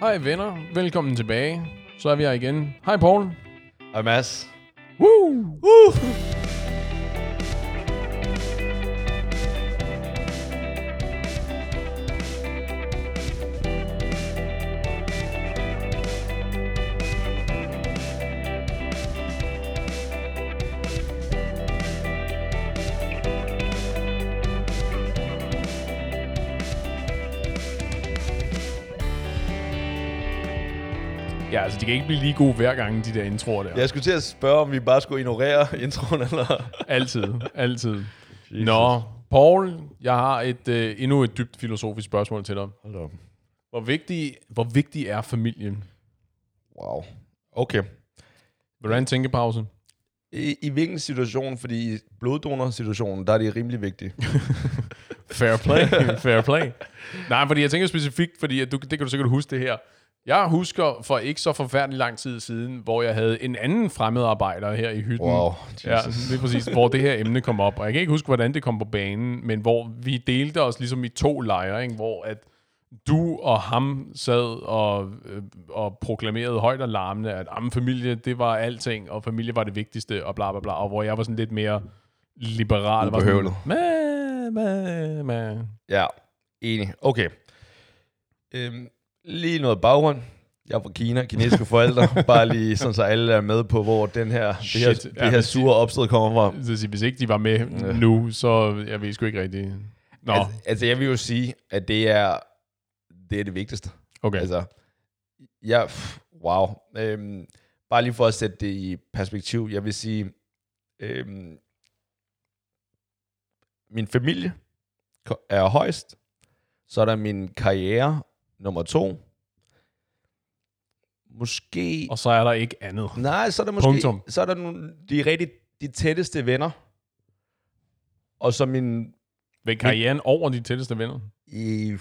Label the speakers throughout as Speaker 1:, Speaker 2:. Speaker 1: Hej venner, velkommen tilbage. Så er vi her igen. Hej Paul.
Speaker 2: Hej Mads.
Speaker 1: Woo!
Speaker 2: Uh!
Speaker 1: Ja, altså de kan ikke blive lige gode hver gang, de der introer der.
Speaker 2: Jeg skulle til at spørge, om vi bare skulle ignorere introen, eller...
Speaker 1: Altid, altid. Nå, Paul, jeg har et, øh, endnu et dybt filosofisk spørgsmål til dig.
Speaker 2: Hold op.
Speaker 1: Hvor vigtig, hvor vigtig er familien?
Speaker 2: Wow. Okay.
Speaker 1: Vil du have en tænkepause?
Speaker 2: I, I hvilken situation, fordi i bloddonorsituationen, der er det rimelig vigtigt.
Speaker 1: Fair play, fair play. Nej, fordi jeg tænker specifikt, fordi at du, det kan du sikkert huske det her. Jeg husker for ikke så forfærdelig lang tid siden, hvor jeg havde en anden fremmedarbejder her i hytten.
Speaker 2: Wow,
Speaker 1: Ja,
Speaker 2: Jesus.
Speaker 1: Altså, lige præcis, hvor det her emne kom op. Og jeg kan ikke huske, hvordan det kom på banen, men hvor vi delte os ligesom i to lejre, ikke? hvor at du og ham sad og, øh, og proklamerede højt og larmende, at "Jamen, familie, det var alting, og familie var det vigtigste, og bla bla bla, og hvor jeg var sådan lidt mere liberal. var sådan,
Speaker 2: Ubehøvlet.
Speaker 1: "Mæh, mæh, mæh."
Speaker 2: Ja, enig. Okay. Øhm, lige noget baggrund. Jeg er fra Kina, kinesiske forældre. bare lige sådan, så alle er med på, hvor den her, det her,
Speaker 1: Shit. Ja,
Speaker 2: det her
Speaker 1: men-
Speaker 2: sure opstød kommer fra.
Speaker 1: Så siger, hvis ikke de var med nu, så jeg ved sgu ikke rigtigt. Nå,
Speaker 2: Altså, altså, jeg vil jo sige, at det er det, er det vigtigste.
Speaker 1: okay.
Speaker 2: Altså, ja, pff, wow. Øhm, bare lige for at sætte det i perspektiv, jeg vil sige, øhm, min familie ko- er højst, så er der min karriere nummer to. Måske...
Speaker 1: Og så er der ikke andet.
Speaker 2: Nej, så er der måske...
Speaker 1: Punktum.
Speaker 2: Så er der nogle, de rigtig de tætteste venner, og så min...
Speaker 1: Ved karrieren over de tætteste venner?
Speaker 2: I,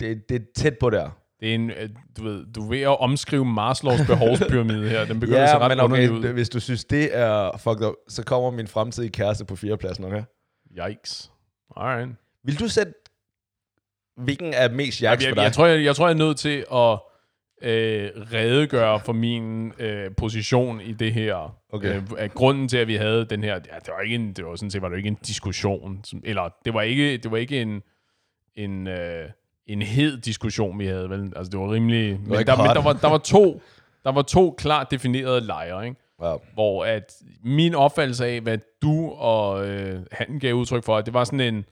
Speaker 2: det, det er tæt på der.
Speaker 1: Det er en, øh, du ved, du er ved at omskrive Maslows behovspyramide her. Den begynder
Speaker 2: Ja,
Speaker 1: ja, at se ret
Speaker 2: men
Speaker 1: underlig
Speaker 2: okay,
Speaker 1: ud.
Speaker 2: hvis du synes, det er fucked up, så kommer min fremtidige kæreste på fjerdepladsen, okay?
Speaker 1: Yikes. Alright.
Speaker 2: Vil du sætte, hvilken er mest jaks
Speaker 1: Jeg,
Speaker 2: for
Speaker 1: jeg,
Speaker 2: dig?
Speaker 1: jeg, tror, jeg, jeg tror, jeg er nødt til at øh, redegøre for min øh, position i det her.
Speaker 2: Okay.
Speaker 1: Øh, at grunden til, at vi havde den her... Ja, det var, ikke en, det var sådan set var det jo ikke en diskussion. Som, eller det var ikke, det var ikke en... en øh, en hed diskussion, vi havde. Vel? Altså, det var rimelig... Men,
Speaker 2: ikke
Speaker 1: der, men
Speaker 2: hot.
Speaker 1: der, var, der, var to, der var to klart definerede lejre, ikke?
Speaker 2: Ja.
Speaker 1: hvor at min opfattelse af, hvad du og øh, han gav udtryk for, at det var sådan en...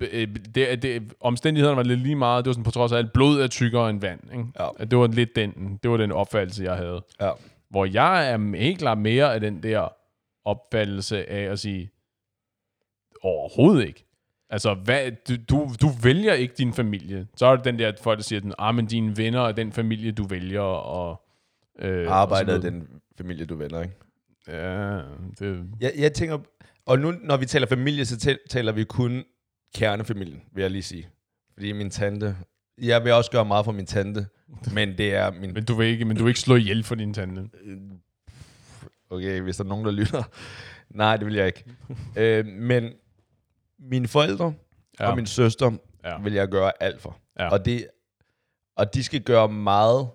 Speaker 1: øh, Det, det, omstændighederne var lidt lige meget. Det var sådan på trods af, at blod er tykkere end vand. Ikke?
Speaker 2: Ja.
Speaker 1: At det var lidt den, det var den opfattelse, jeg havde.
Speaker 2: ja.
Speaker 1: Hvor jeg er helt klart mere af den der opfattelse af at sige, overhovedet ikke. Altså, hvad, du, du, du vælger ikke din familie. Så er det den der, at folk der siger, den, ah, men dine venner og den familie, du vælger, og... Øh,
Speaker 2: Arbejdet
Speaker 1: og
Speaker 2: af
Speaker 1: sådan
Speaker 2: den familie, du vender, ikke?
Speaker 1: noget." Ja, det,
Speaker 2: Jeg, jeg tænker, og nu når vi taler familie, så tæ- taler vi kun kernefamilien, vil jeg lige sige. Fordi min tante, jeg vil også gøre meget for min tante, men det er min...
Speaker 1: men, du vil ikke, men du vil ikke slå ihjel for din tante.
Speaker 2: Okay, hvis der er nogen, der lytter. Nej, det vil jeg ikke. øh, men mine forældre ja. og min søster
Speaker 1: Ja.
Speaker 2: ja. vil jeg gøre alt for.
Speaker 1: Ja.
Speaker 2: Og, det, og de skal gøre meget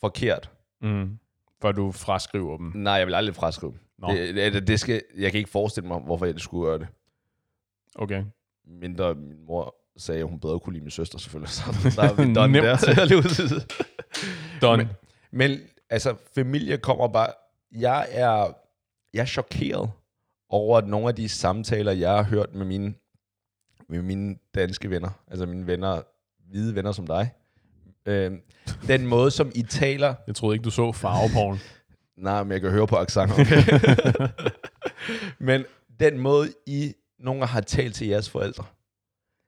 Speaker 2: forkert.
Speaker 1: Mm. Før du fraskriver dem.
Speaker 2: Nej, jeg vil aldrig fraskrive.
Speaker 1: Nå.
Speaker 2: Det, det, det skal, jeg kan ikke forestille mig, hvorfor jeg skulle gøre det.
Speaker 1: Okay.
Speaker 2: Mindre min mor sagde, at hun bedre kunne lide min søster selvfølgelig. Så der er vi done
Speaker 1: Nemt.
Speaker 2: der.
Speaker 1: Done.
Speaker 2: Men- Men altså, familie kommer bare... Jeg er, jeg er chokeret over at nogle af de samtaler, jeg har hørt med mine, med mine danske venner, altså mine venner, hvide venner som dig. Øh, den måde, som I taler...
Speaker 1: Jeg troede ikke, du så farveporn.
Speaker 2: Nej, men jeg kan høre på accent. Okay? men den måde, I nogle har talt til jeres forældre.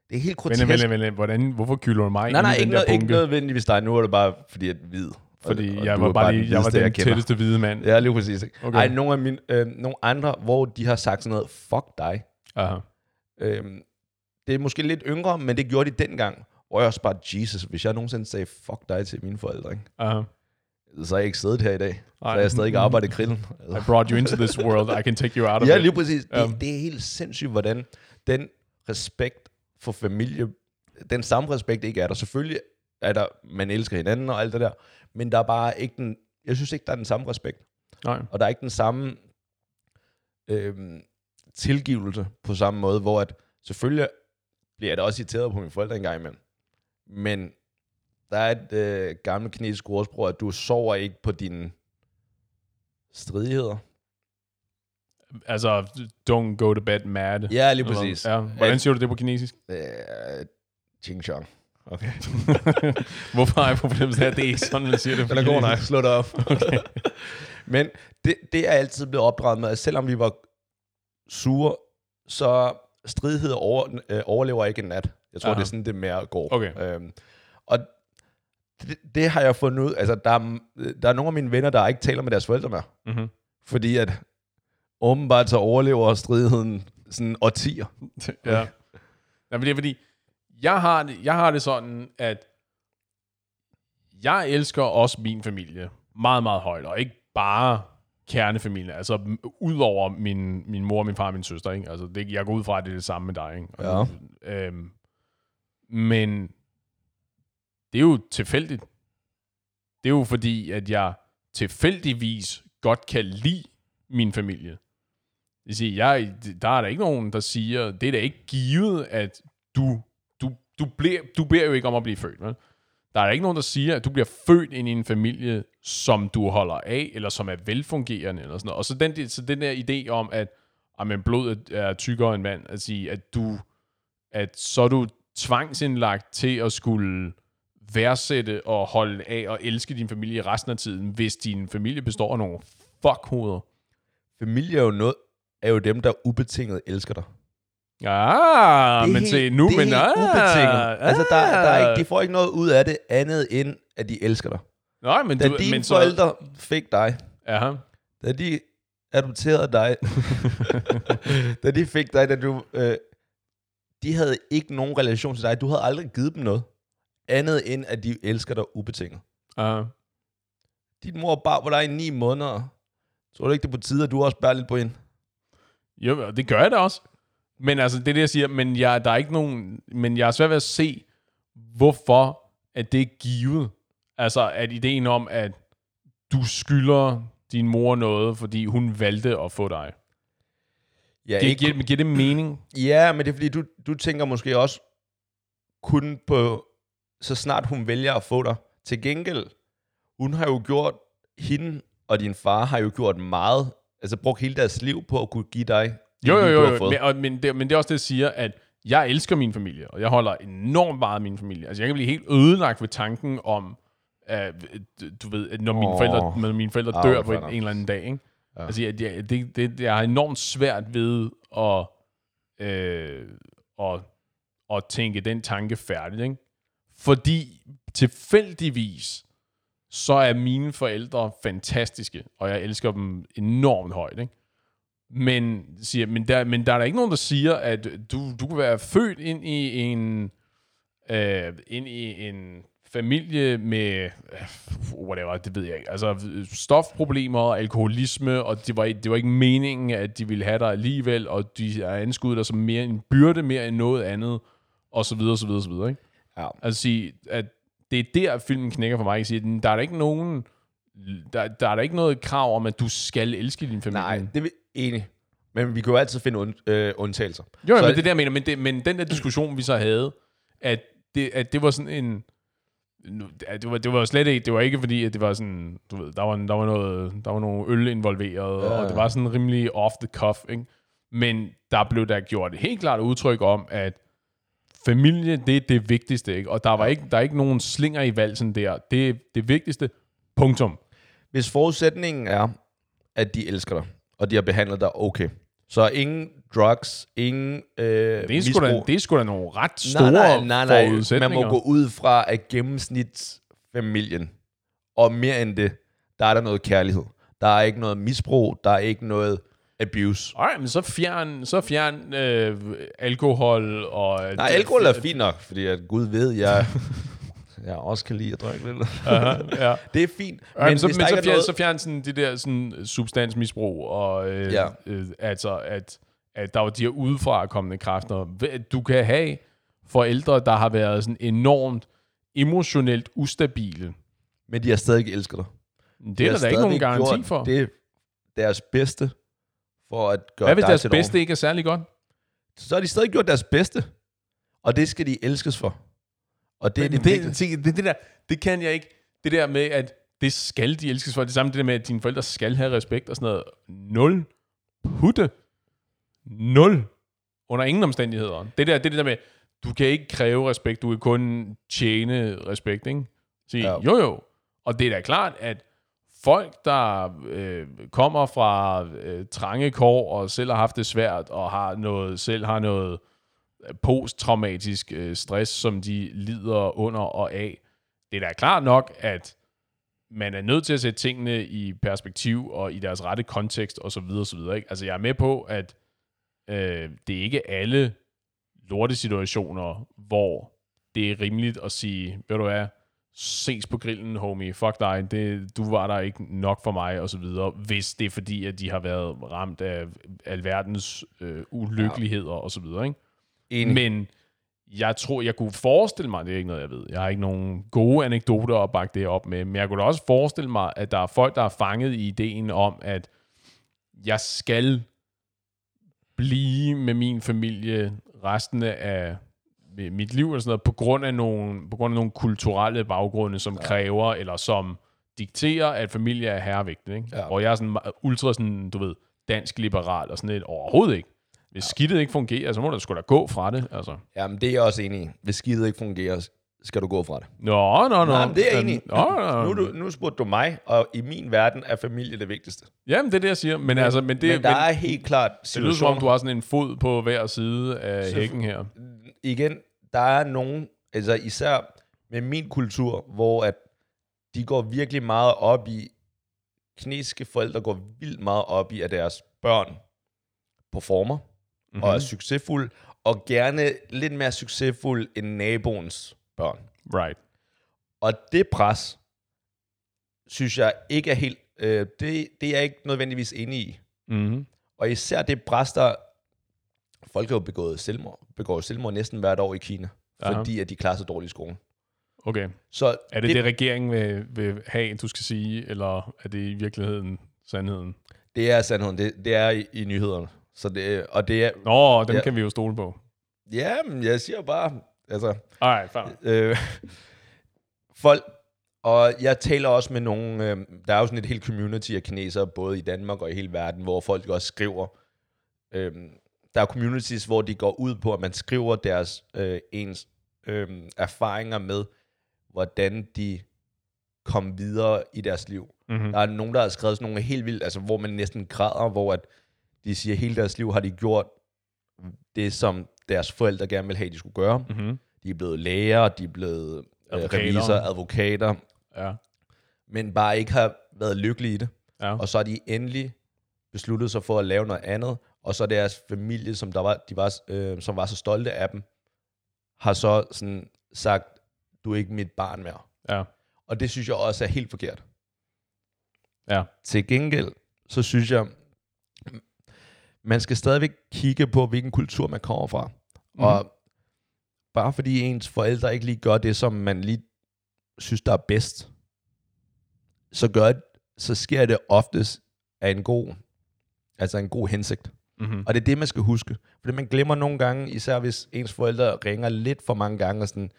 Speaker 2: Det er helt grotesk.
Speaker 1: vent, vent, vent, vent. Hvordan, hvorfor kylder du mig
Speaker 2: Nej, nej,
Speaker 1: ind i den
Speaker 2: ikke,
Speaker 1: der
Speaker 2: noget, ikke
Speaker 1: bunke?
Speaker 2: nødvendigvis dig. Nu er det bare, fordi jeg er hvid. Og-
Speaker 1: Fordi
Speaker 2: og
Speaker 1: jeg
Speaker 2: du
Speaker 1: var
Speaker 2: er
Speaker 1: bare lige, jeg var
Speaker 2: hvideste,
Speaker 1: den
Speaker 2: kender.
Speaker 1: tætteste hvide mand.
Speaker 2: Ja, lige præcis. Ikke?
Speaker 1: Okay.
Speaker 2: Okay. Ej, nogle, af mine, øh, nogle andre, hvor de har sagt sådan noget, fuck dig.
Speaker 1: Aha.
Speaker 2: Øhm, det er måske lidt yngre, men det gjorde de dengang. Hvor jeg også bare, Jesus, hvis jeg nogensinde sagde fuck dig til mine forældre, ikke?
Speaker 1: Aha.
Speaker 2: så har jeg ikke siddet her i dag. Så
Speaker 1: Ej.
Speaker 2: har jeg stadig ikke arbejdet i grillen.
Speaker 1: I
Speaker 2: Altså.
Speaker 1: brought you into this world. I can take you out of
Speaker 2: Ja,
Speaker 1: it.
Speaker 2: lige præcis. Det,
Speaker 1: Ja.
Speaker 2: det er helt sindssygt, hvordan den respekt for familie, den samme respekt ikke er der. Selvfølgelig er der, man elsker hinanden og alt det der, men der er bare ikke den, jeg synes ikke, der er den samme respekt.
Speaker 1: Nej.
Speaker 2: Og der er ikke den samme øhm, tilgivelse på samme måde, hvor at selvfølgelig bliver jeg da også irriteret på mine forældre engang imellem. Men der er et øh, gammelt kinesisk ordsprog, at du sover ikke på dine stridigheder.
Speaker 1: Altså, don't go to bed mad.
Speaker 2: Ja, lige
Speaker 1: Eller-
Speaker 2: præcis.
Speaker 1: Ja. Hvordan siger du det på kinesisk?
Speaker 2: Øh, Ching Chong. Okay.
Speaker 1: Hvorfor har jeg problemet med, at det er ikke sådan, man siger det på
Speaker 2: Den er god nok.
Speaker 1: kinesisk?
Speaker 2: Slå det op. Okay. Men det, det er jeg altid blevet opdraget med, at selvom vi var sure, så stridighed over, øh, overlever ikke en nat. Jeg tror,
Speaker 1: Aha.
Speaker 2: Aha. det er sådan, det mere går.
Speaker 1: Okay.
Speaker 2: Øhm, og det, det har jeg fundet ud. Altså, der er, der er nogle af mine venner, der ikke taler med deres forældre mere.
Speaker 1: Mhm.
Speaker 2: Fordi at åbenbart så overlever stridigheden sådan årtier.
Speaker 1: ja. Nej, men det er fordi, jeg har det, jeg har det sådan, at jeg elsker også min familie meget, meget højt, og ikke bare kernefamilie, altså m- ud over min, min mor, min far og min søster, ikke? Altså, det, jeg går ud fra, at det er det samme med dig, ikke? Og, ja. øhm, men det er jo tilfældigt. Det er jo fordi, at jeg tilfældigvis godt kan lide min familie. Det vil sige, jeg, der er der ikke nogen, der siger, det er da ikke givet, at du, du, du, bliver, du beder jo ikke om at blive født, vel? Der er da ikke nogen, der siger, at du bliver født ind i en familie, som du holder af, eller som er velfungerende, eller sådan noget. Og så den, der- så den der idé om, at jamen, blod er- er tykkere end vand, at sige, at du, at så er du tvangsindlagt til at skulle værdsætte og holde af og elske din familie resten af tiden, hvis din familie består af nogle fuckhoveder.
Speaker 2: Familie er jo, noget, er jo dem, der ubetinget elsker dig.
Speaker 1: Ah,
Speaker 2: Det er
Speaker 1: men
Speaker 2: helt-
Speaker 1: se nu,
Speaker 2: det er
Speaker 1: men
Speaker 2: helt
Speaker 1: ah,
Speaker 2: ubetinget. Altså, der, der er ikke, de
Speaker 1: det.
Speaker 2: får ikke noget ud af det andet, end at de elsker dig.
Speaker 1: Nej, men,
Speaker 2: Da
Speaker 1: du,
Speaker 2: dine
Speaker 1: men så...
Speaker 2: forældre fik dig,
Speaker 1: Ja,
Speaker 2: da de adopterede dig, da de fik dig, da du... Øh, de havde ikke nogen relation til dig. Du havde aldrig givet dem noget. Andet end, at de elsker dig ubetinget.
Speaker 1: ja.
Speaker 2: Din mor bar på dig i ni måneder. Tror du ikke, det er på tide, at du også bærer lidt på hende?
Speaker 1: Jo, og det gør jeg da også. Men altså, det er det, jeg siger, men jeg, der er ikke nogen... Men jeg har svært ved at se, hvorfor at det er givet. Altså, at ideen om, at du skylder din mor noget, fordi hun valgte at få dig.
Speaker 2: Ja,
Speaker 1: Giver, giver, giver det mening?
Speaker 2: Ja, men det er fordi, du, du tænker måske også kun på, så snart hun vælger at få dig. Til gengæld, hun har jo gjort, hende og din far har jo gjort meget, altså brugt hele deres liv på at kunne give dig det,
Speaker 1: Jo, jo,
Speaker 2: du
Speaker 1: jo,
Speaker 2: har
Speaker 1: jo.
Speaker 2: fået.
Speaker 1: Men, og, men, det, men det er også det, jeg siger, at jeg elsker min familie, og jeg holder enormt meget af min familie. Altså, jeg kan blive helt ødelagt ved tanken om, at, du ved, at når mine
Speaker 2: Åh.
Speaker 1: oh. forældre, når mine forældre
Speaker 2: Ah,
Speaker 1: dør
Speaker 2: det er
Speaker 1: på
Speaker 2: fair
Speaker 1: en,
Speaker 2: nok.
Speaker 1: en eller anden dag. Ikke? Ja. Altså, jeg, jeg, det, det, jeg har enormt svært ved at, øh, at, at tænke den tanke færdig. Ikke? Fordi tilfældigvis, så er mine forældre fantastiske, og jeg elsker dem enormt højt. Ikke? Men, siger, men, der, men der er der ikke nogen, der siger, at du, du kan være født ind i en, øh, ind i en familie med, øh, whatever, det ved jeg ikke, altså øh, stofproblemer og alkoholisme, og det var, ikke- det var ikke meningen, at de ville have dig alligevel, og de er anskudt dig som mere en byrde, mere end noget andet, og så videre, så videre, så videre, ikke?
Speaker 2: Ja.
Speaker 1: Altså sige, at det er der, filmen knækker for mig. Jeg siger, den- der er der ikke nogen... Der, der er der ikke noget krav om, at du skal elske din familie.
Speaker 2: Nej, det er vi enig. Men vi kan jo altid finde und, øh, undtagelser.
Speaker 1: Jo, jo,
Speaker 2: Så-
Speaker 1: men det er det, jeg mener. Men, det, men den der diskussion, vi så havde, at det, at det var sådan en... nu- at Det var, det var slet ikke, det var ikke fordi, at det var sådan, du ved, der var, der var, noget, der var nogle øl involveret, ja. og det var sådan rimelig off the cuff, ikke? Men der blev der gjort et helt klart udtryk om, at familie, det er det vigtigste, ikke? Og der var ikke, der er ikke nogen slinger i valsen der. Det er det vigtigste. Punktum.
Speaker 2: Hvis forudsætningen er, at de elsker dig, og de har behandlet dig okay, så ingen drugs, ingen øh,
Speaker 1: Det er, sgu da,
Speaker 2: misbrug.
Speaker 1: det er sgu da nogle ret store nej, nej, nej, nej.
Speaker 2: Man
Speaker 1: forudsætninger.
Speaker 2: må gå ud fra, at gennemsnitsfamilien, og mere end det, der er der noget kærlighed. Der er ikke noget misbrug, der er ikke noget abuse.
Speaker 1: Alright, men så fjern, så fjern øh, alkohol og... øh,
Speaker 2: Nej, alkohol er fint nok, fordi at Gud ved, jeg, jeg også kan lide at drikke lidt.
Speaker 1: Uh-huh, ja.
Speaker 2: det er fint.
Speaker 1: Men, men, så,
Speaker 2: hvis
Speaker 1: men
Speaker 2: der
Speaker 1: så,
Speaker 2: ikke er
Speaker 1: fjern, noget... så fjern sådan det der sådan, substansmisbrug, og øh,
Speaker 2: Ja.
Speaker 1: ja. øh, altså, at, at der var de her udefra kommende kræfter. Hva- Du kan have forældre, der har været sådan enormt emotionelt ustabile.
Speaker 2: Men de har stadig ikke elsket dig.
Speaker 1: Det
Speaker 2: De
Speaker 1: er
Speaker 2: har
Speaker 1: der da ikke nogen
Speaker 2: stadig
Speaker 1: garanti
Speaker 2: gjort
Speaker 1: for. Det
Speaker 2: Det er deres bedste for at gøre
Speaker 1: Hvad hvis
Speaker 2: dig
Speaker 1: deres
Speaker 2: til et
Speaker 1: bedste ikke er særlig godt?
Speaker 2: så har de stadig gjort deres bedste. Og det skal de elskes for. Og det er
Speaker 1: Men det,
Speaker 2: det,
Speaker 1: det,
Speaker 2: vigtigste.
Speaker 1: det, det, det, der, det kan jeg ikke. Det der med, at det skal de elskes for. Det samme det der med, at dine forældre skal have respekt og sådan noget. Nul. Putte. Nul. Under ingen omstændigheder. Det der, det, det der med, du kan ikke kræve respekt, du kan kun tjene respekt, ikke? Sige,
Speaker 2: Ja.
Speaker 1: ja. jo jo. Og det er da klart, at folk, der øh, kommer fra øh, trange kår og selv har haft det svært og har noget, selv har noget øh, posttraumatisk øh, stress, som de lider under og af. Det er da klart nok, at man er nødt til at sætte tingene i perspektiv og i deres rette kontekst osv. osv. Ikke? Altså jeg er med på, at øh, det er ikke alle lortesituationer, hvor det er rimeligt at sige, ved du hvad, ses på grillen, homie, fuck dig, det, du var der ikke nok for mig, og så videre, hvis det er fordi, at de har været ramt af alverdens øh, ulykkeligheder, og så videre, ikke?
Speaker 2: Enig.
Speaker 1: Men jeg tror, jeg kunne forestille mig, det er ikke noget, jeg ved, jeg har ikke nogen gode anekdoter at bakke det op med, men jeg kunne da også forestille mig, at der er folk, der er fanget i ideen om, at jeg skal blive med min familie resten af mit liv eller sådan noget, på grund af nogle, på grund af nogle kulturelle baggrunde, som ja. kræver, eller som dikterer, at familie er herrevægten, ikke?
Speaker 2: Ja.
Speaker 1: Ja. Og jeg er sådan me- ultra sådan, du ved, dansk liberal og sådan lidt, overhovedet ikke. Hvis ja. skidtet ikke fungerer, så må du sgu da gå fra det, altså.
Speaker 2: Jamen, det er jeg også enig i. Hvis skidet ikke fungerer, skal du gå fra det.
Speaker 1: Nå, nå, nå.
Speaker 2: Nej, men det er jeg
Speaker 1: Øhm,
Speaker 2: enig i.
Speaker 1: Nå, nå,
Speaker 2: Nu,
Speaker 1: nå.
Speaker 2: er du, nu spurgte du mig, og i min verden er familie det vigtigste.
Speaker 1: Jamen, det er det, jeg siger. Men, altså, men det,
Speaker 2: Det, men der
Speaker 1: men,
Speaker 2: er helt klart
Speaker 1: det lyder som om,
Speaker 2: situationer.
Speaker 1: du har sådan en fod på hver side af hækken her.
Speaker 2: Igen, der er nogen, altså især med min kultur, hvor at de går virkelig meget op i, kinesiske forældre går vildt meget op i, at deres børn performer mm-hmm.
Speaker 1: Mhm.
Speaker 2: og er succesfulde, og gerne lidt mere succesfulde end naboens børn.
Speaker 1: Right.
Speaker 2: Og det pres, synes jeg ikke er helt... Øh, det, det er jeg ikke nødvendigvis enig i.
Speaker 1: Mm-hmm.
Speaker 2: Og især det pres, der... Folk har jo begået selvmord, begår selvmord næsten hvert år i Kina,
Speaker 1: Aha.
Speaker 2: fordi at de klarer sig dårligt i skolen.
Speaker 1: Okay.
Speaker 2: Så
Speaker 1: Er det det, det regeringen vil, vil have, du skal sige, eller er det i virkeligheden sandheden?
Speaker 2: det er sandheden. Det, det er i, i nyhederne. Så det, og det er...
Speaker 1: Nå, dem
Speaker 2: Ja.
Speaker 1: ja. kan vi jo stole på.
Speaker 2: Ja, jeg siger bare... Altså,
Speaker 1: Alright, fair.
Speaker 2: øh, folk, og jeg taler også med nogle, øh, der er jo sådan et helt community af kinesere, både i Danmark og i hele verden, hvor folk også skriver, øh, der er communities, hvor de går ud på, at man skriver deres øh, ens øh, erfaringer med, hvordan de kom videre i deres liv.
Speaker 1: Mhm.
Speaker 2: Der er nogen, der har skrevet sådan nogle helt vildt, altså hvor man næsten græder, hvor at de siger, at hele deres liv har de gjort det, som deres forældre gerne ville have, de skulle gøre.
Speaker 1: Mm-hmm.
Speaker 2: De er blevet læger, de er blevet advokater.
Speaker 1: Advokater.
Speaker 2: revisorer, advokater,
Speaker 1: Ja.
Speaker 2: men bare ikke har været lykkelige i det.
Speaker 1: Ja.
Speaker 2: Og så har de endelig besluttet sig for at lave noget andet, og så deres familie, som, der var, de var, øh, som var så stolte af dem, har så sådan sagt, du er ikke mit barn mere.
Speaker 1: Ja.
Speaker 2: Og det synes jeg også er helt forkert.
Speaker 1: Ja.
Speaker 2: Til gengæld, så synes jeg, man skal stadigvæk kigge på, hvilken kultur man kommer fra. Mm. Og bare fordi ens forældre ikke lige gør det, som man lige synes, der er bedst, så, gør, så sker det oftest af en god, altså en god hensigt.
Speaker 1: Mm-hmm.
Speaker 2: Og det er det, man skal huske. Fordi man glemmer nogle gange, især hvis ens forældre ringer lidt for mange gange, og sådan,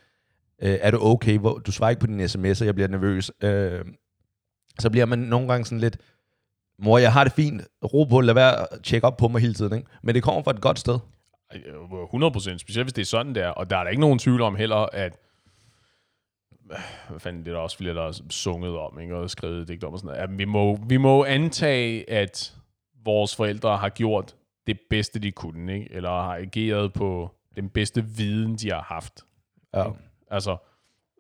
Speaker 2: øh, er du okay? Hvor, du svarer ikke på din sms'er, jeg bliver nervøs. Øh, så bliver man nogle gange sådan lidt, mor, jeg har det fint, ro på, lad være at tjekke op på mig hele tiden. Ikke? Men det kommer fra et godt sted.
Speaker 1: 100 øh, procent, specielt hvis det er sådan der, og der er der ikke nogen tvivl om heller, at hvad fanden, det er der også flere, der har sunget om, ikke? og skrevet digt om og sådan noget. At vi, må, vi må antage, at vores forældre har gjort det bedste, de kunne, ikke? eller har ageret på den bedste viden, de har haft.
Speaker 2: Ja.
Speaker 1: Altså,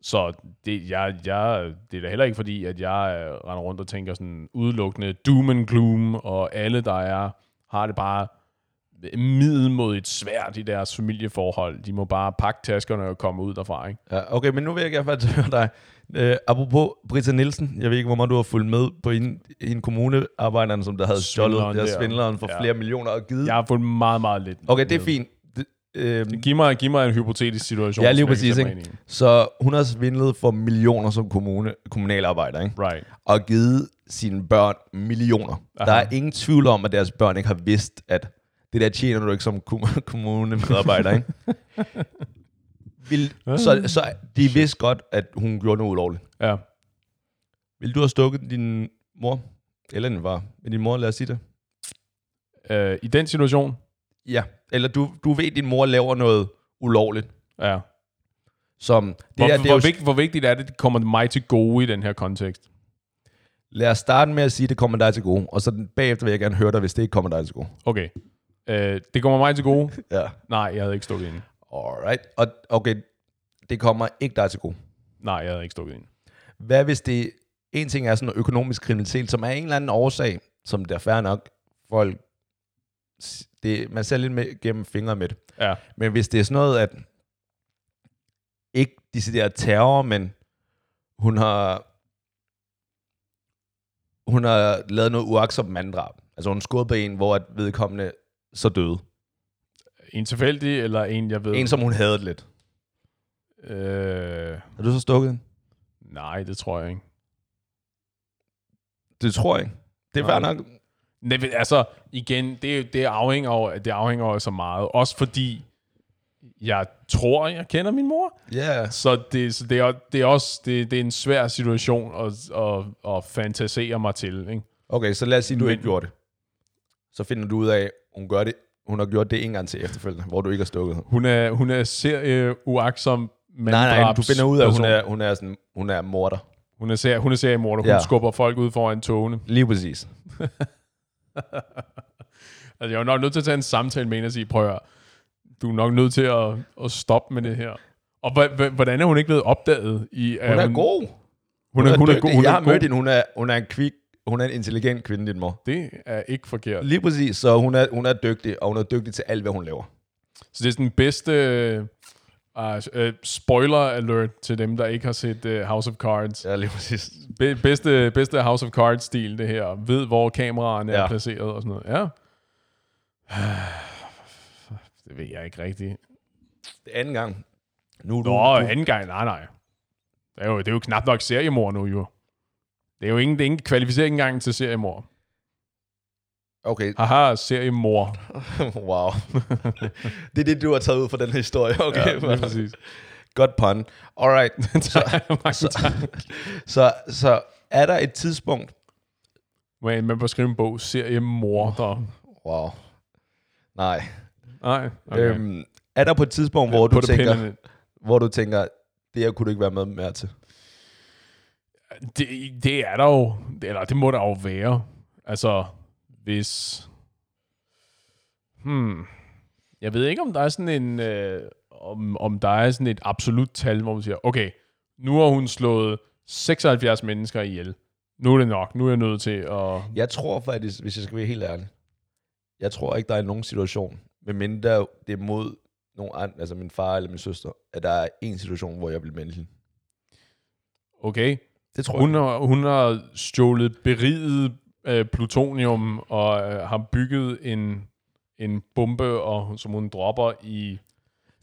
Speaker 1: så det, jeg, jeg, det er da heller ikke fordi, at jeg øh, render rundt og tænker sådan udelukkende doom and gloom, og alle, der er, har det bare middelmodigt svært i deres familieforhold. De må bare pakke taskerne og komme ud derfra, ikke?
Speaker 2: Ja, okay, men nu vil jeg gerne faktisk høre dig. Øh, apropos Britta Nielsen, jeg ved ikke, hvor meget du har fulgt med på en, en kommunearbejderen, som der havde stjålet
Speaker 1: Svindleren
Speaker 2: der
Speaker 1: der.
Speaker 2: svindleren for ja.
Speaker 1: Ja.
Speaker 2: flere millioner og givet.
Speaker 1: Jeg har fået meget, meget lidt.
Speaker 2: Okay, det er fint. Det, Øhm,
Speaker 1: Giv mig, giv mig en hypotetisk situation.
Speaker 2: Ja,
Speaker 1: som
Speaker 2: lige
Speaker 1: jeg kan
Speaker 2: præcis,
Speaker 1: sætte
Speaker 2: ikke?
Speaker 1: mig ind i.
Speaker 2: så hun har svindlet for millioner som kommune, kommunalarbejder, ikke?
Speaker 1: Right.
Speaker 2: og givet sine børn millioner. Aha. Der er ingen tvivl om, at deres børn ikke har vidst, at det der tjener du ikke som kom- kommunemedarbejder, ikke? Vil, så, så de vidste godt, at hun gjorde noget ulovligt.
Speaker 1: Ja.
Speaker 2: Vil du have stukket din mor? Eller din var. Men din mor, lad os sige det.
Speaker 1: Øh, I den situation,
Speaker 2: Ja. Eller du, du ved, at din mor laver noget ulovligt,
Speaker 1: ja.
Speaker 2: som... Det
Speaker 1: Hvor,
Speaker 2: der,
Speaker 1: det
Speaker 2: det
Speaker 1: hvor,
Speaker 2: er jo,
Speaker 1: vigt, hvor vigtigt er det, det kommer mig til gode i den her kontekst?
Speaker 2: lad os starte med at sige, at det kommer dig til gode. Og så den- bagefter vil jeg gerne høre dig, hvis det ikke kommer dig til gode.
Speaker 1: Okay. Øh, det kommer mig til gode?
Speaker 2: Ja.
Speaker 1: Nej, jeg havde ikke stukket ind.
Speaker 2: Alright. Og okay, det kommer ikke dig til gode.
Speaker 1: Nej, jeg havde ikke stukket ind.
Speaker 2: Hvad hvis det... En ting er sådan noget økonomisk kriminalitet, som er en eller anden årsag, som det er fair nok. Folk... s- Det, man ser lidt med, gennem fingre med det.
Speaker 1: Ja.
Speaker 2: Men hvis det er sådan noget, at ikke decideret terror, men hun har hun har lavet noget uaksomt manddrab. Altså hun skød på en, hvor at vedkommende så døde.
Speaker 1: En tilfældig, eller en, jeg ved...
Speaker 2: En, som hun havde det lidt.
Speaker 1: Øh,
Speaker 2: Har du så stukket den?
Speaker 1: nej, det tror jeg ikke.
Speaker 2: Det tror jeg ikke. Det er fair
Speaker 1: Nej.
Speaker 2: nok.
Speaker 1: Nej, men altså, igen, det, er jo- det afhænger jo det afhænger jo af så meget. Også fordi, jeg tror, jeg kender min mor.
Speaker 2: Ja. Yeah.
Speaker 1: Så det, så det, er, det er også det, det er en svær situation at, at, at fantasere mig til. Ikke?
Speaker 2: Okay, så lad os sige, at du
Speaker 1: Men-
Speaker 2: ikke gjorde det. Så finder du ud af, hun gør det. Hun har gjort det en gang til efterfølgende, hvor du ikke har stukket.
Speaker 1: Hun er, hun er serie uaksom
Speaker 2: Nej, nej, du finder ud af, at hun
Speaker 1: manddrabsperson.
Speaker 2: er, hun er, sådan, hun er morder.
Speaker 1: Hun er, serie, hun er seriemorder. Hun
Speaker 2: Ja.
Speaker 1: skubber folk ud foran togene.
Speaker 2: Lige præcis.
Speaker 1: Altså, jeg er jo nok nødt til at tage en samtale med hende og sige, prøv at høre, du er nok nødt til at, at stoppe med det her. Og hva- hva- hvordan er hun ikke blevet opdaget? I,
Speaker 2: Hun er god.
Speaker 1: Hun er, hun er,
Speaker 2: dygtig.
Speaker 1: god. Hun
Speaker 2: jeg
Speaker 1: er
Speaker 2: har mødt
Speaker 1: god.
Speaker 2: hende. Hun er, hun er en kvik, hun er en intelligent kvinde, din mor.
Speaker 1: Det er ikke forkert.
Speaker 2: Lige præcis, så hun er, hun er dygtig, og hun er dygtig til alt, hvad hun laver.
Speaker 1: Så det er sådan den bedste uh, uh, spoiler alert til dem, der ikke har set uh, House of Cards. Ja.
Speaker 2: Ja, lige præcis.
Speaker 1: Be- bedste, bedste House of Cards-stil, det her. Ved, hvor kameraerne ja. er
Speaker 2: Ja.
Speaker 1: placeret og sådan noget. Ja. Det ved jeg ikke rigtigt.
Speaker 2: Det er anden gang. Nu, er du,
Speaker 1: Nå,
Speaker 2: du,
Speaker 1: anden gang. Nej, nej. Det er jo, det er jo knap nok seriemor nu, jo. Det er jo ingen, det er ingen kvalificering engang til seriemor.
Speaker 2: okay,
Speaker 1: Haha, seriemor.
Speaker 2: wow. det er det, du har taget ud fra den her historie. Okay,
Speaker 1: Ja, lige præcis.
Speaker 2: godt pun. Alright,
Speaker 1: så, så.
Speaker 2: så, så er der et tidspunkt...
Speaker 1: Man, man bør skrive en bog, seriemorder.
Speaker 2: Wow. Nej.
Speaker 1: Nej, okay.
Speaker 2: Okay. Øhm, er der på et tidspunkt, hvor du,
Speaker 1: Put a pin in
Speaker 2: tænker,
Speaker 1: it.
Speaker 2: hvor du tænker, det her kunne du ikke være med mere til?
Speaker 1: det, det er der jo, det- eller det må der jo være. Altså, hvis... Hmm. Jeg ved ikke, om der er sådan en... Øh, om, om der er sådan et absolut tal, hvor man siger, okay, nu har hun slået 76 mennesker ihjel. Nu er det nok. Nu er jeg nødt til at...
Speaker 2: Jeg tror faktisk, hvis jeg skal være helt ærlig, jeg tror ikke, der er nogen situation, medmindre det er mod nogen andre, altså min far eller min søster, at der er en situation, hvor jeg bliver menneskelig.
Speaker 1: Okay,
Speaker 2: Det tror
Speaker 1: hun har, hun har stjålet beriget øh, plutonium og øh, har bygget en, en bombe, og, som hun dropper i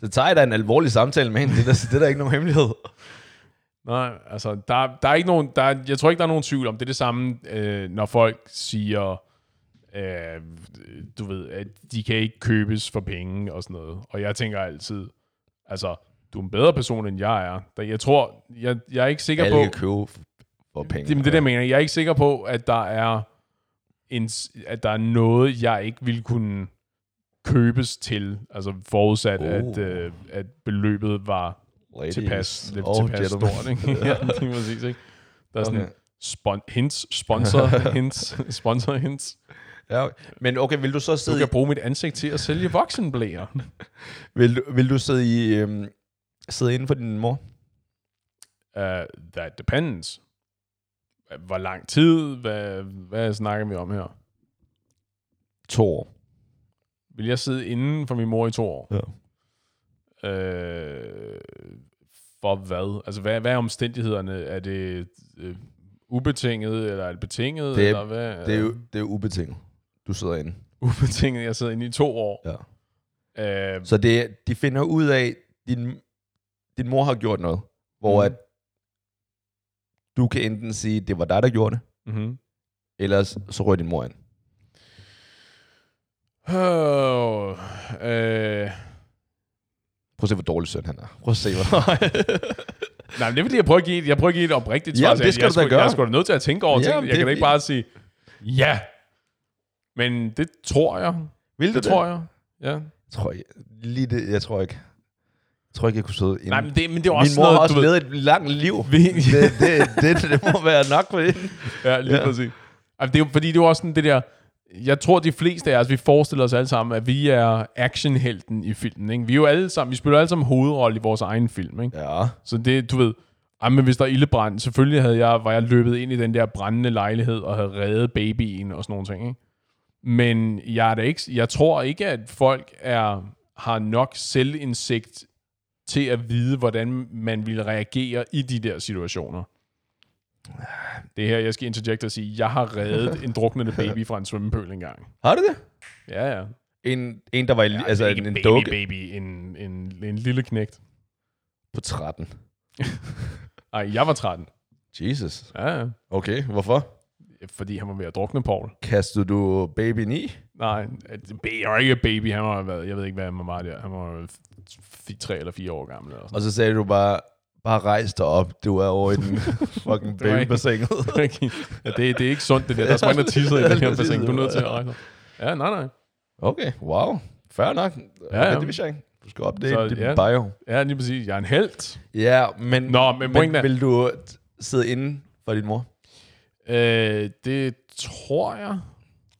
Speaker 2: Så tager jeg da en alvorlig samtale med hende. Det er der, det er der ikke nogen hemmelighed.
Speaker 1: Nej, altså, der, der er ikke nogen, der, er- jeg tror ikke, der er nogen tvivl om, det er det samme, øh, når folk siger, øh, du ved, at de kan ikke købes for penge og sådan noget. Og jeg tænker altid, altså, du er en bedre person, end jeg er. Da Jeg tror, jeg, jeg er ikke sikker
Speaker 2: Alle
Speaker 1: på...
Speaker 2: kan købe for penge.
Speaker 1: Det, men det er det, jeg mener. Jeg er ikke sikker på, at der er, en, s- at der er noget, jeg ikke ville kunne købes til, altså forudsat,
Speaker 2: Oh.
Speaker 1: oh. at, øh, at beløbet var
Speaker 2: Ladies
Speaker 1: tilpas, lidt
Speaker 2: og
Speaker 1: oh, tilpas
Speaker 2: gentlemen.
Speaker 1: stort, ikke? ja, det er præcis, ikke? Der er sådan
Speaker 2: Okay.
Speaker 1: okay. spon hints, sponsor hints, sponsor hints.
Speaker 2: Ja, okay. Men okay, vil du så sidde
Speaker 1: Du kan bruge mit ansigt til at sælge voksenblæer.
Speaker 2: Vil du, vil du sidde, i, øhm, sidde inden for din mor?
Speaker 1: Uh, that depends. Hva- Hvor lang tid? Hvad, hvad snakker vi om her?
Speaker 2: To år.
Speaker 1: Vil jeg sidde inden for min mor i to år?
Speaker 2: Ja.
Speaker 1: Øh, for hvad? Altså, hvad, hvad er omstændighederne? Er det øh, ubetinget, eller er det betinget?
Speaker 2: Det er-
Speaker 1: eller hvad?
Speaker 2: Det er jo det er ubetinget. Du sidder inde.
Speaker 1: ubetinget, jeg sidder inde i to år.
Speaker 2: Ja.
Speaker 1: Øh,
Speaker 2: Så det, de finder ud af, din, din mor har gjort noget, hvor
Speaker 1: Mhm.
Speaker 2: mm. at du kan enten sige, det var dig, der gjorde det,
Speaker 1: mm-hmm.
Speaker 2: ellers så rører din mor ind.
Speaker 1: oh, øh,
Speaker 2: Prøv at se, hvor dårlig søn han er. Prøv at se, hvor...
Speaker 1: nej, men det er fordi, jeg prøver at give et, jeg prøver at give et oprigtigt svar.
Speaker 2: Jamen,
Speaker 1: til,
Speaker 2: det
Speaker 1: at
Speaker 2: skal
Speaker 1: jeg
Speaker 2: du da
Speaker 1: sgu- Jeg er
Speaker 2: gøre.
Speaker 1: sgu da nødt til at tænke over
Speaker 2: Jamen,
Speaker 1: tingene. Jeg
Speaker 2: det
Speaker 1: kan
Speaker 2: er
Speaker 1: da ikke
Speaker 2: fint.
Speaker 1: bare sige, ja. Men det tror jeg.
Speaker 2: Vil
Speaker 1: Det tror jeg. Ja.
Speaker 2: Tror jeg, lige det, jeg tror ikke. Jeg tror ikke, jeg kunne sidde inde.
Speaker 1: Nej, men det, men det er
Speaker 2: Min
Speaker 1: også
Speaker 2: mor har
Speaker 1: noget,
Speaker 2: også
Speaker 1: du ved.
Speaker 2: levet et langt liv.
Speaker 1: Vi-
Speaker 2: det, det, det, det, må være nok for det.
Speaker 1: Ja, lige ja.
Speaker 2: Ja.
Speaker 1: præcis. Altså, det er jo, fordi det er jo også sådan det der... Jeg tror, de fleste af os, vi forestiller os alle sammen, at vi er actionhelten i filmen. Ikke? Vi er jo alle sammen, vi spiller alle sammen hovedrolle i vores egen film. Ikke?
Speaker 2: Ja.
Speaker 1: Så det, du ved, ej, men hvis der er ildebrand, selvfølgelig havde jeg, var jeg løbet ind i den der brændende lejlighed og havde reddet babyen og sådan nogle ting. Ikke? Men jeg, er da ikke, jeg tror ikke, at folk er, har nok selvindsigt til at vide, hvordan man vil reagere i de der situationer. Det er her, jeg skal interjecte og sige, jeg har reddet en druknende baby fra en svømmepøl engang.
Speaker 2: Har du det?
Speaker 1: Ja, ja.
Speaker 2: En, en der var i, ja, altså
Speaker 1: ikke
Speaker 2: en, en
Speaker 1: baby,
Speaker 2: dukke
Speaker 1: baby, en, en, en lille knægt.
Speaker 2: på 13.
Speaker 1: Ej, jeg var 13.
Speaker 2: Jesus.
Speaker 1: Ja, ja.
Speaker 2: Okay, hvorfor?
Speaker 1: Fordi han var ved at drukne, Paul.
Speaker 2: Kastede du babyen i?
Speaker 1: Nej, at- ba- jeg er ikke baby. Han var, været, jeg ved ikke, hvad han var der. Han var f- f- tre eller fire år gammel. Eller sådan.
Speaker 2: Og så sagde du bare, bare rejs dig op, du er over i den fucking
Speaker 1: Det var ikke-
Speaker 2: babybassinet.
Speaker 1: ja, det, det er ikke sundt, det der. Der er så mange, der tisser i den her bassin. Du er nødt til at rejse dig. Ja, nej, nej.
Speaker 2: okay, wow. Fair nok.
Speaker 1: Ja, ja.
Speaker 2: Ja, det vidste jeg ikke. Du skal opdate
Speaker 1: Så,
Speaker 2: din
Speaker 1: ja.
Speaker 2: bio.
Speaker 1: Ja, lige præcis. Jeg er en held.
Speaker 2: Ja, men,
Speaker 1: Nå, men pointen er-
Speaker 2: men vil du t- sidde inde for din mor?
Speaker 1: Øh, det tror jeg.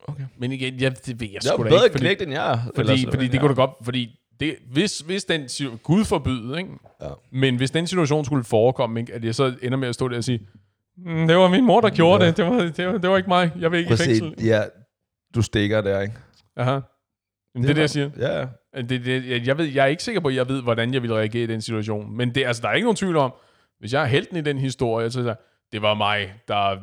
Speaker 2: Okay.
Speaker 1: Men igen, jeg, det ved jeg
Speaker 2: Jeg er
Speaker 1: sgu da ikke.
Speaker 2: bedre ikke, knægt, end jeg er. Eller
Speaker 1: Fordi,
Speaker 2: sådan
Speaker 1: fordi
Speaker 2: noget,
Speaker 1: det
Speaker 2: ja.
Speaker 1: kunne du godt... Fordi det, hvis, hvis den... situ- Gud forbyde, ikke?
Speaker 2: Ja.
Speaker 1: Men hvis den situation skulle forekomme, ikke, at jeg så ender med at stå der og sige, "Mm, det var min mor, der gjorde det. Det var, det, var, det var ikke mig. Jeg vil ikke
Speaker 2: Prøv
Speaker 1: i
Speaker 2: at
Speaker 1: fængsel.
Speaker 2: se, ja, du stikker der, ikke?
Speaker 1: Aha. Jamen, det er det, jeg siger.
Speaker 2: Ja, ja.
Speaker 1: Det, det, jeg- jeg, ved, jeg er ikke sikker på, at jeg ved, hvordan jeg ville reagere i den situation. Men det, altså, der er ikke nogen tvivl om, hvis jeg er helten i den historie, så er jeg, det var mig, der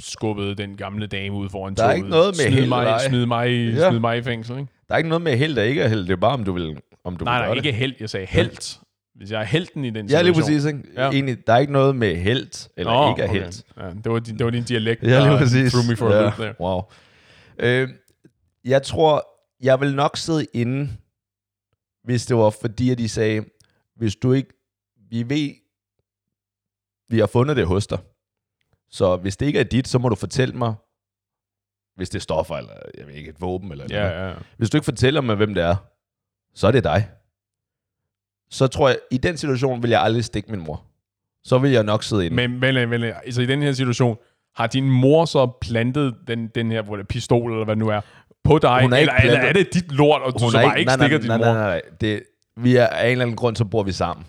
Speaker 1: skubbede den gamle dame ud foran
Speaker 2: Der er ikke noget med
Speaker 1: smid
Speaker 2: held eller
Speaker 1: mig,
Speaker 2: ej."
Speaker 1: smid mig, i-
Speaker 2: Ja.
Speaker 1: smid mig i fængsel, ikke?
Speaker 2: Der er ikke noget med held og ikke at held. Det er bare, om du vil, om du vil
Speaker 1: Nej, nej,
Speaker 2: gøre
Speaker 1: ikke held. Jeg sagde helt. Hvis jeg er helten i den
Speaker 2: det. Ja,
Speaker 1: situation.
Speaker 2: lige præcis. Ikke?
Speaker 1: Ja.
Speaker 2: Ja. Egentlig, der er ikke noget med held eller
Speaker 1: Nå,
Speaker 2: ikke at
Speaker 1: okay.
Speaker 2: held.
Speaker 1: Ja, det, var din, det var din dialekt,
Speaker 2: Ja, lige
Speaker 1: der
Speaker 2: præcis.
Speaker 1: threw me for a
Speaker 2: ja.
Speaker 1: loop there.
Speaker 2: Wow. Øh, jeg tror, jeg vil nok sidde inde, hvis det var fordi, at de sagde, hvis du ikke, vi ved, vi har fundet det hos dig. Så hvis det ikke er dit, så må du fortælle mig, hvis det er stoffer, eller jeg ved ikke, et våben, eller noget.
Speaker 1: Ja, ja, ja.
Speaker 2: Hvis du ikke fortæller mig, hvem det er, så er det dig. Så tror jeg, i den situation vil jeg aldrig stikke min mor. Så vil jeg nok sidde inde.
Speaker 1: Men, men, men altså, i den her situation, har din mor så plantet den, den her hvor det, er pistol, eller hvad det nu er, på dig?
Speaker 2: Hun
Speaker 1: Eller,
Speaker 2: er ikke
Speaker 1: eller
Speaker 2: plantet-
Speaker 1: er det dit lort, og du så bare ikke stikker din
Speaker 2: nej,
Speaker 1: mor?
Speaker 2: nej, nej, nej. Det, vi er, af en eller anden grund, så bor vi sammen.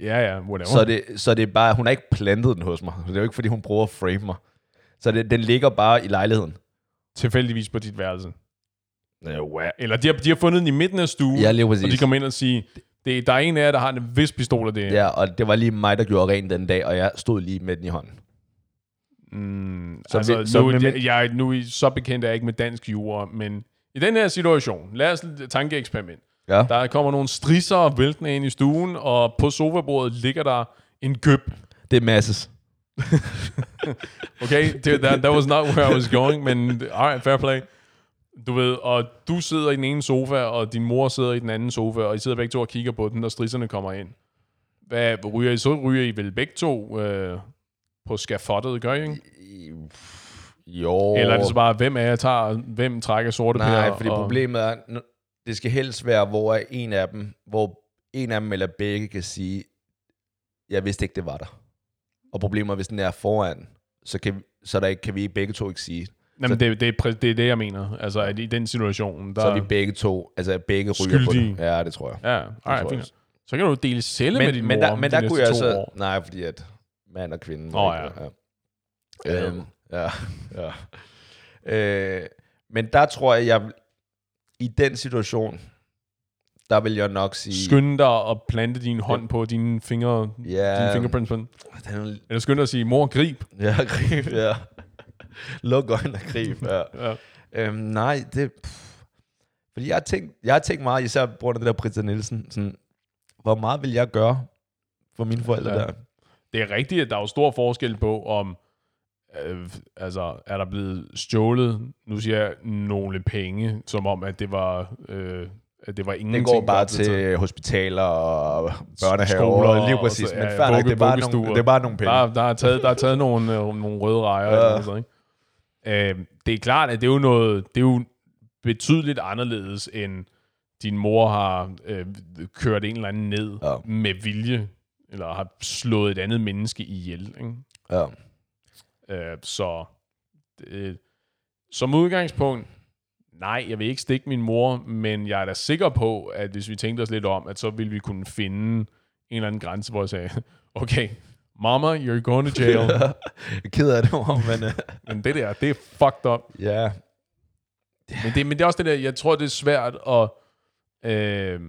Speaker 1: Ja, ja, whatever.
Speaker 2: Så, er det, så det er bare, hun har ikke plantet den hos mig. Så det er jo ikke, fordi hun prøver at frame mig. Så det, den ligger bare i lejligheden.
Speaker 1: Tilfældigvis på dit værelse.
Speaker 2: Ja, wow.
Speaker 1: Eller de har, de har fundet den i midten af stuen,
Speaker 2: Ja, lige
Speaker 1: og
Speaker 2: præcis.
Speaker 1: de kommer ind og siger, det, der er en af jer, der har en vis pistol, og det er.
Speaker 2: Ja, og det var lige mig, der gjorde rent den dag, og jeg stod lige med den i hånden.
Speaker 1: Mm, så
Speaker 2: Så
Speaker 1: altså,
Speaker 2: vi-
Speaker 1: vi,
Speaker 2: så
Speaker 1: nu,
Speaker 2: med-
Speaker 1: jeg, jeg, nu er I- så bekendt er jeg ikke med dansk jura, men i den her situation, lad os lidt tankeeksperiment.
Speaker 2: Ja.
Speaker 1: Der kommer nogle strisser væltende ind i stuen, og på sofabordet ligger der en køb.
Speaker 2: Det er masses.
Speaker 1: Okay, dude, that, that was not where I was going, men alright, fair play. Du ved, og du sidder i den ene sofa, og din mor sidder i den anden sofa, og I sidder begge to og kigger på den, når strisserne kommer ind. Hvad ryger I så? Ryger I vel begge to øh, på skafottet, gør I ikke?
Speaker 2: Jo.
Speaker 1: Eller er det så bare, hvem af jer tager, hvem trækker sorte piller?
Speaker 2: Nej, fordi
Speaker 1: og-
Speaker 2: problemet er, n- det skal helst være, hvor er en af dem, hvor en af dem eller begge kan sige, jeg vidste ikke, det var der. Og problemet er, hvis den er foran, så kan, så der ikke, kan vi begge to ikke sige.
Speaker 1: Jamen, det, det, er præ- det er det, jeg mener. Altså, at i den situation, der...
Speaker 2: Så er vi begge to, altså begge ryger
Speaker 1: Skyldige.
Speaker 2: på det. Ja, det tror jeg.
Speaker 1: Ja, alright,
Speaker 2: jeg
Speaker 1: fint.
Speaker 2: også.
Speaker 1: Så kan du dele celle med din
Speaker 2: men
Speaker 1: mor
Speaker 2: der, men
Speaker 1: de
Speaker 2: der kunne jeg altså
Speaker 1: næste to
Speaker 2: så...
Speaker 1: år.
Speaker 2: Nej, fordi at mand og kvinde...
Speaker 1: Nå,
Speaker 2: må ikke- Ja. Øhm, ja, ja. Øh, men der tror jeg, jeg... I den situation, der vil jeg nok sige...
Speaker 1: Skynd dig at plante din hånd på dine fingre,
Speaker 2: Ja,
Speaker 1: dine fingerprints på den.
Speaker 2: den er-
Speaker 1: Eller skynd dig at sige, mor, grib.
Speaker 2: Ja, grib, ja. Luk øjnene og grib, ja.
Speaker 1: Ja.
Speaker 2: Øhm, nej, det... Pff. Fordi jeg har tænkt, jeg har tænkt meget, især på grund af det der Britta Nielsen, sådan, hvor meget vil jeg gøre for mine forældre
Speaker 1: Ja.
Speaker 2: ja. der?
Speaker 1: Det er rigtigt, at der er jo stor forskel på, om øh, altså, er der blevet stjålet, nu siger jeg, nogle penge, som om, at det var, øh, at det var
Speaker 2: Den
Speaker 1: ingenting.
Speaker 2: går bare
Speaker 1: der blev taget.
Speaker 2: til hospitaler og børnehaver
Speaker 1: Skoler
Speaker 2: og lige
Speaker 1: og
Speaker 2: præcis.
Speaker 1: så-
Speaker 2: Men
Speaker 1: ja,
Speaker 2: fair nok,
Speaker 1: vugge-
Speaker 2: det er bare
Speaker 1: vuggestuer.
Speaker 2: nogle, det er bare nogle penge.
Speaker 1: Der, der, er taget, der er taget nogle, øh, nogle røde rejer.
Speaker 2: Ja.
Speaker 1: Ja. Eller sådan, ikke? Øh, det er klart, at det er jo noget, det er jo betydeligt anderledes, end din mor har øh, kørt en eller anden ned
Speaker 2: Ja.
Speaker 1: ja. med vilje, eller har slået et andet menneske ihjel. Ikke?
Speaker 2: Ja.
Speaker 1: Øh, så øh, som udgangspunkt, nej, jeg vil ikke stikke min mor, men jeg er da sikker på, at hvis vi tænkte os lidt om, at så ville vi kunne finde en eller anden grænse, hvor jeg sagde, okay, mama, you're going to jail.
Speaker 2: Jeg er ked af det ord, men øh,
Speaker 1: men det der, det er fucked up.
Speaker 2: ja.
Speaker 1: Men det, men det er også det der, jeg tror, det er svært at... Øh,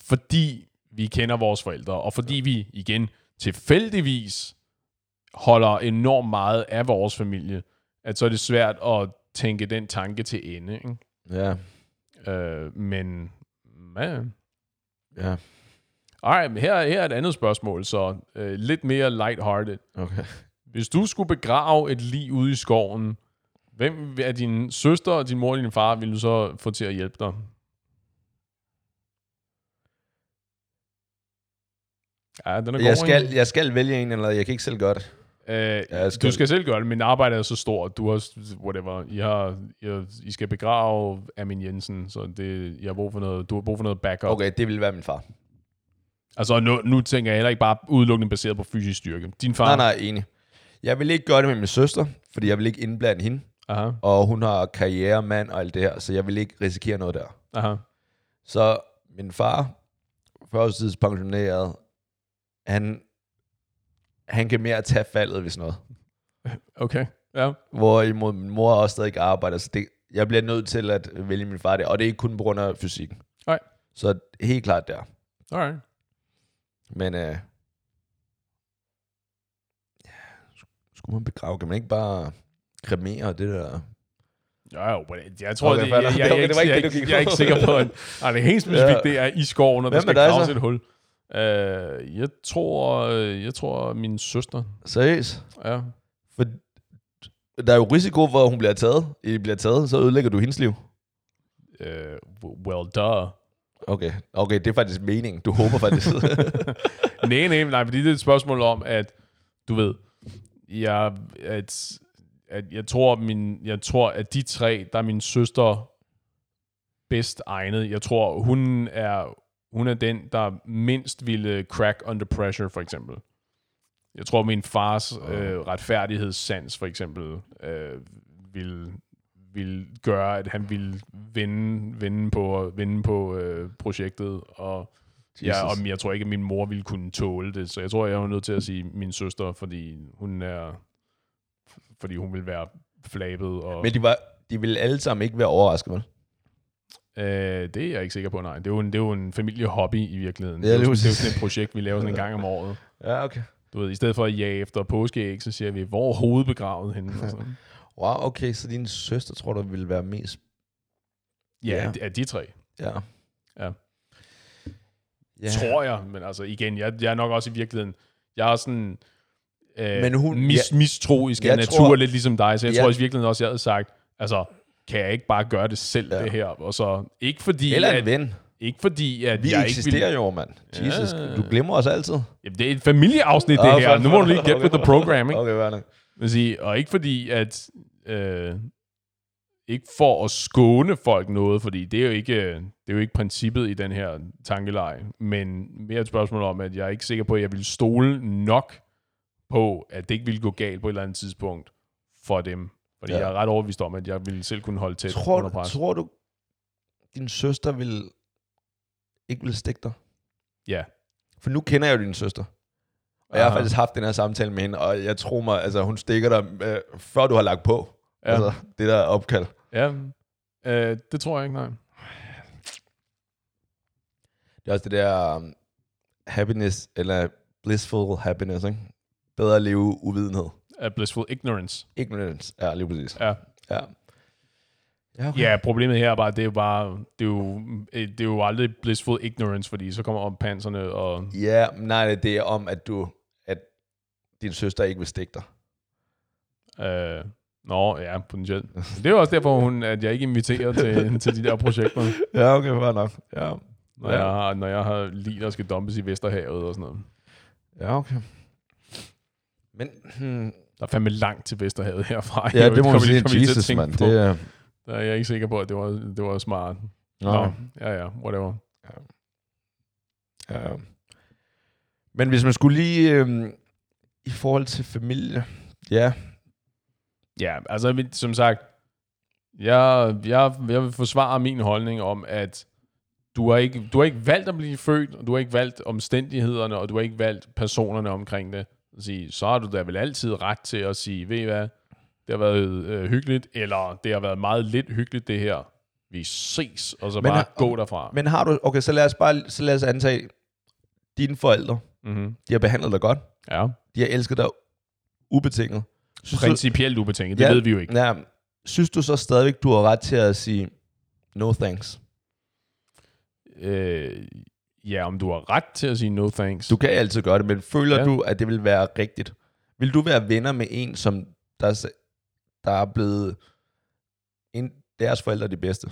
Speaker 1: fordi vi kender vores forældre, og fordi vi igen tilfældigvis holder enormt meget af vores familie, at så er det svært at tænke den tanke til ende. Ikke?
Speaker 2: Ja.
Speaker 1: Øh, men man.
Speaker 2: Ja.
Speaker 1: Alright, men her, her er et andet spørgsmål, så øh, lidt mere lighthearted.
Speaker 2: Okay.
Speaker 1: Hvis du skulle begrave et lig ude i skoven, hvem af din søster, din mor og din far ville du så få til at hjælpe dig? Ja, den er god,
Speaker 2: Jeg skal, jeg skal vælge en, eller jeg kan ikke selv gøre det.
Speaker 1: ikke? Øh,
Speaker 2: jeg skal-
Speaker 1: Du skal selv gøre det, men arbejdet er så stort. Du har, whatever, I, har, I, har, I skal begrave Amin Jensen, så det, jeg har brug for noget, du har brug for noget backup. Okay.
Speaker 2: Okay, det ville være min far.
Speaker 1: Altså, nu, nu tænker jeg heller ikke bare udelukkende baseret på fysisk styrke. Din far?
Speaker 2: Nej, nej, enig. Jeg vil ikke gøre det med min søster, fordi jeg vil ikke indblande hende.
Speaker 1: Aha,
Speaker 2: Og hun har karriere, mand og alt det her, så jeg vil ikke risikere noget der.
Speaker 1: aha.
Speaker 2: Så min far, førstidspensioneret, han, han kan mere tage faldet, hvis noget.
Speaker 1: Okay, ja.
Speaker 2: Hvorimod min mor også stadig arbejder, så det, jeg bliver nødt til at vælge min far der. Og det er ikke kun på grund af fysikken.
Speaker 1: Nej.
Speaker 2: Så helt klart der.
Speaker 1: Alright.
Speaker 2: Men øh, ja, sk- skulle man begrave? Kan man ikke bare kremere det der?
Speaker 1: Ja, jo, men jeg tror,
Speaker 2: Okay,
Speaker 1: det,
Speaker 2: fair
Speaker 1: jeg,
Speaker 2: nok.
Speaker 1: jeg, jeg,
Speaker 2: Okay, det var
Speaker 1: jeg,
Speaker 2: ikke
Speaker 1: jeg,
Speaker 2: det, du
Speaker 1: jeg,
Speaker 2: gik
Speaker 1: jeg er ikke
Speaker 2: på.
Speaker 1: sikker på, at nej, det er helt specifikt,
Speaker 2: Ja.
Speaker 1: det er i skoven, og der
Speaker 2: Hvem
Speaker 1: skal
Speaker 2: er dig
Speaker 1: graves
Speaker 2: så?
Speaker 1: et hul. Uh, jeg tror, øh, jeg tror min søster.
Speaker 2: Seriøst?
Speaker 1: Ja.
Speaker 2: For der er jo risiko for, at hun bliver taget. I bliver taget, så ødelægger du hendes liv.
Speaker 1: Uh, well, duh.
Speaker 2: Okay, okay, det er faktisk meningen. Du håber faktisk.
Speaker 1: nej, nej, nej, fordi det er et spørgsmål om, at du ved, jeg, at, at jeg, tror, min, jeg tror, at de tre, der er min søster bedst egnet. Jeg tror, hun er, hun er den, der mindst ville crack under pressure, for eksempel. Jeg tror, min fars øh, retfærdighedssans, for eksempel, øh, ville, ville gøre, at han ville vinde, vinde på, vinde på øh, projektet, og Ja,
Speaker 2: Jesus.
Speaker 1: og jeg tror ikke, at min mor ville kunne tåle det, så jeg tror, jeg er nødt til at sige min søster, fordi hun er, fordi hun vil være flabet. Og,
Speaker 2: Men de, var, de ville alle sammen ikke være overrasket, vel?
Speaker 1: øh, det er jeg ikke sikker på, nej. Det er jo en, det er jo en familiehobby i virkeligheden.
Speaker 2: Ja,
Speaker 1: det, er jo,
Speaker 2: lige
Speaker 1: sådan- det er jo
Speaker 2: præcis.
Speaker 1: sådan et projekt, vi laver sådan en gang om året.
Speaker 2: Ja, okay.
Speaker 1: Du ved, i stedet for at jage efter påskeæg, så siger vi, hvor er hovedbegravet henne? Og sådan.
Speaker 2: Wow, okay, så din søster tror du ville være mest...
Speaker 1: Ja,
Speaker 2: Ja.
Speaker 1: af de- af de tre,
Speaker 2: Ja.
Speaker 1: Ja.
Speaker 2: ja.
Speaker 1: tror jeg. Men altså igen, jeg, jeg er nok også i virkeligheden, jeg er sådan øh,
Speaker 2: Men
Speaker 1: Men
Speaker 2: hun-
Speaker 1: hun, mis, ja, mistroisk
Speaker 2: jeg
Speaker 1: af natur,
Speaker 2: tror-
Speaker 1: tror, lidt ligesom dig, så jeg
Speaker 2: Ja.
Speaker 1: ja, tror også i virkeligheden også, jeg havde sagt, altså, kan jeg ikke bare gøre det selv,
Speaker 2: Ja.
Speaker 1: ja. det her? Og så, ikke fordi,
Speaker 2: Eller en
Speaker 1: at,
Speaker 2: ven.
Speaker 1: ikke fordi, at
Speaker 2: Vi
Speaker 1: jeg ikke
Speaker 2: eksisterer
Speaker 1: ville...
Speaker 2: jo, mand. Jesus,
Speaker 1: Ja.
Speaker 2: du glemmer os altid.
Speaker 1: Jamen, det er et familieafsnit, det
Speaker 2: Ah,
Speaker 1: her.
Speaker 2: fuck.
Speaker 1: Nu må du lige get with the program, ikke?
Speaker 2: Okay, hvad er det?
Speaker 1: Man siger, og ikke fordi, at... Øh, ikke for at skåne folk noget, fordi det er jo ikke, øh, det er jo ikke princippet i den her tankeleje, men mere et spørgsmål om, at jeg er ikke sikker på, at jeg ville stole nok på, at det ikke ville gå galt på et eller andet tidspunkt for dem. Fordi
Speaker 2: Ja.
Speaker 1: ja. jeg er ret overbevist om, at jeg ville selv kunne holde tæt
Speaker 2: Tror,
Speaker 1: under
Speaker 2: du,
Speaker 1: pres.
Speaker 2: tror du, din søster vil ikke vil stikke dig?
Speaker 1: Ja.
Speaker 2: For nu kender jeg jo din søster. Og jeg har
Speaker 1: Aha.
Speaker 2: faktisk haft den her samtale med hende, og jeg tror mig, altså hun stikker dig, øh, før du har lagt på. Ja.
Speaker 1: Ja.
Speaker 2: Altså, det der opkald.
Speaker 1: Ja, øh, det tror jeg ikke, nej.
Speaker 2: Det er også det der um, happiness, eller blissful happiness, ikke? Bedre at leve uvidenhed.
Speaker 1: A blissful ignorance.
Speaker 2: Ignorance. Ja, lige præcis.
Speaker 1: Ja.
Speaker 2: Ja. Ja, okay.
Speaker 1: Ja, problemet her er bare, det er jo bare, det er jo, øh, det er jo aldrig blissful ignorance, fordi så kommer panserne og...
Speaker 2: Ja, men nej, det er om, at du, at din søster ikke vil stikke dig.
Speaker 1: Øh, nå, ja, potentielt. Det er jo også derfor, hun, at jeg ikke inviterer til, til de der projekter,
Speaker 2: Ja, okay, fair nok. Ja,
Speaker 1: når, jeg, har, når jeg har lige der skal dumpes i Vesterhavet og sådan noget.
Speaker 2: ja okay. Men, hmm,
Speaker 1: Der er fandme langt til Vesterhavet herfra.
Speaker 2: ja, det må man
Speaker 1: Kommer lige-
Speaker 2: sige,
Speaker 1: kommer lige til at
Speaker 2: Jesus,
Speaker 1: tænke
Speaker 2: mand.
Speaker 1: på.
Speaker 2: Det er...
Speaker 1: Der er jeg ikke sikker på, at det var, det var smart.
Speaker 2: Nå.
Speaker 1: ja, ja, whatever.
Speaker 2: Ja. Men hvis man skulle lige... Øhm, I forhold til familie... Ja.
Speaker 1: Ja, altså men som sagt, jeg, jeg, jeg vil forsvare min holdning om, at du har, ikke, du har ikke valgt at blive født, og du har ikke valgt omstændighederne, og du har ikke valgt personerne omkring det. At Sige, så har du da vel altid ret til at sige, ved I hvad, det har været øh, hyggeligt, eller det har været meget lidt hyggeligt det her. Vi ses, og så
Speaker 2: Men øh,
Speaker 1: men, bare
Speaker 2: har-
Speaker 1: gå derfra.
Speaker 2: Men har du... Okay, så lad os bare så lad os antage, dine forældre,
Speaker 1: mm-hmm.
Speaker 2: de har behandlet dig godt.
Speaker 1: Ja,
Speaker 2: De har elsket dig ubetinget.
Speaker 1: principielt ubetinget, det
Speaker 2: Ja.
Speaker 1: ved vi jo ikke.
Speaker 2: ja, synes du så stadigvæk, du har ret til at sige no thanks?
Speaker 1: Øh, ja, om du har ret til at sige no thanks.
Speaker 2: Du kan altid gøre det, men føler ja.
Speaker 1: Ja.
Speaker 2: du, at det vil være rigtigt? Vil du være venner med en, som der, s- der er blevet en, deres forældre de bedste,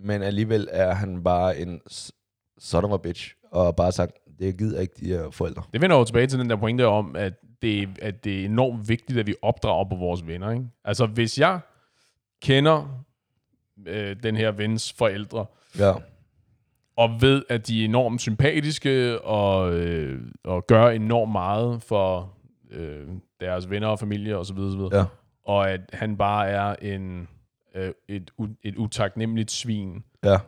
Speaker 2: men alligevel er han bare en s- son of a bitch, og bare sagt, det gider ikke de her forældre.
Speaker 1: Det vender jo tilbage til den der pointe om, at det, at det er enormt vigtigt, at vi opdrager på vores venner. Ikke? Altså, hvis jeg kender øh, den her vens forældre,
Speaker 2: Ja.
Speaker 1: og ved, at de er enormt sympatiske, og, øh, og gør enormt meget for øh, deres venner og familie osv., osv.
Speaker 2: Ja.
Speaker 1: og at han bare er en, øh, et, u- et utaknemmeligt svin,
Speaker 2: Ja.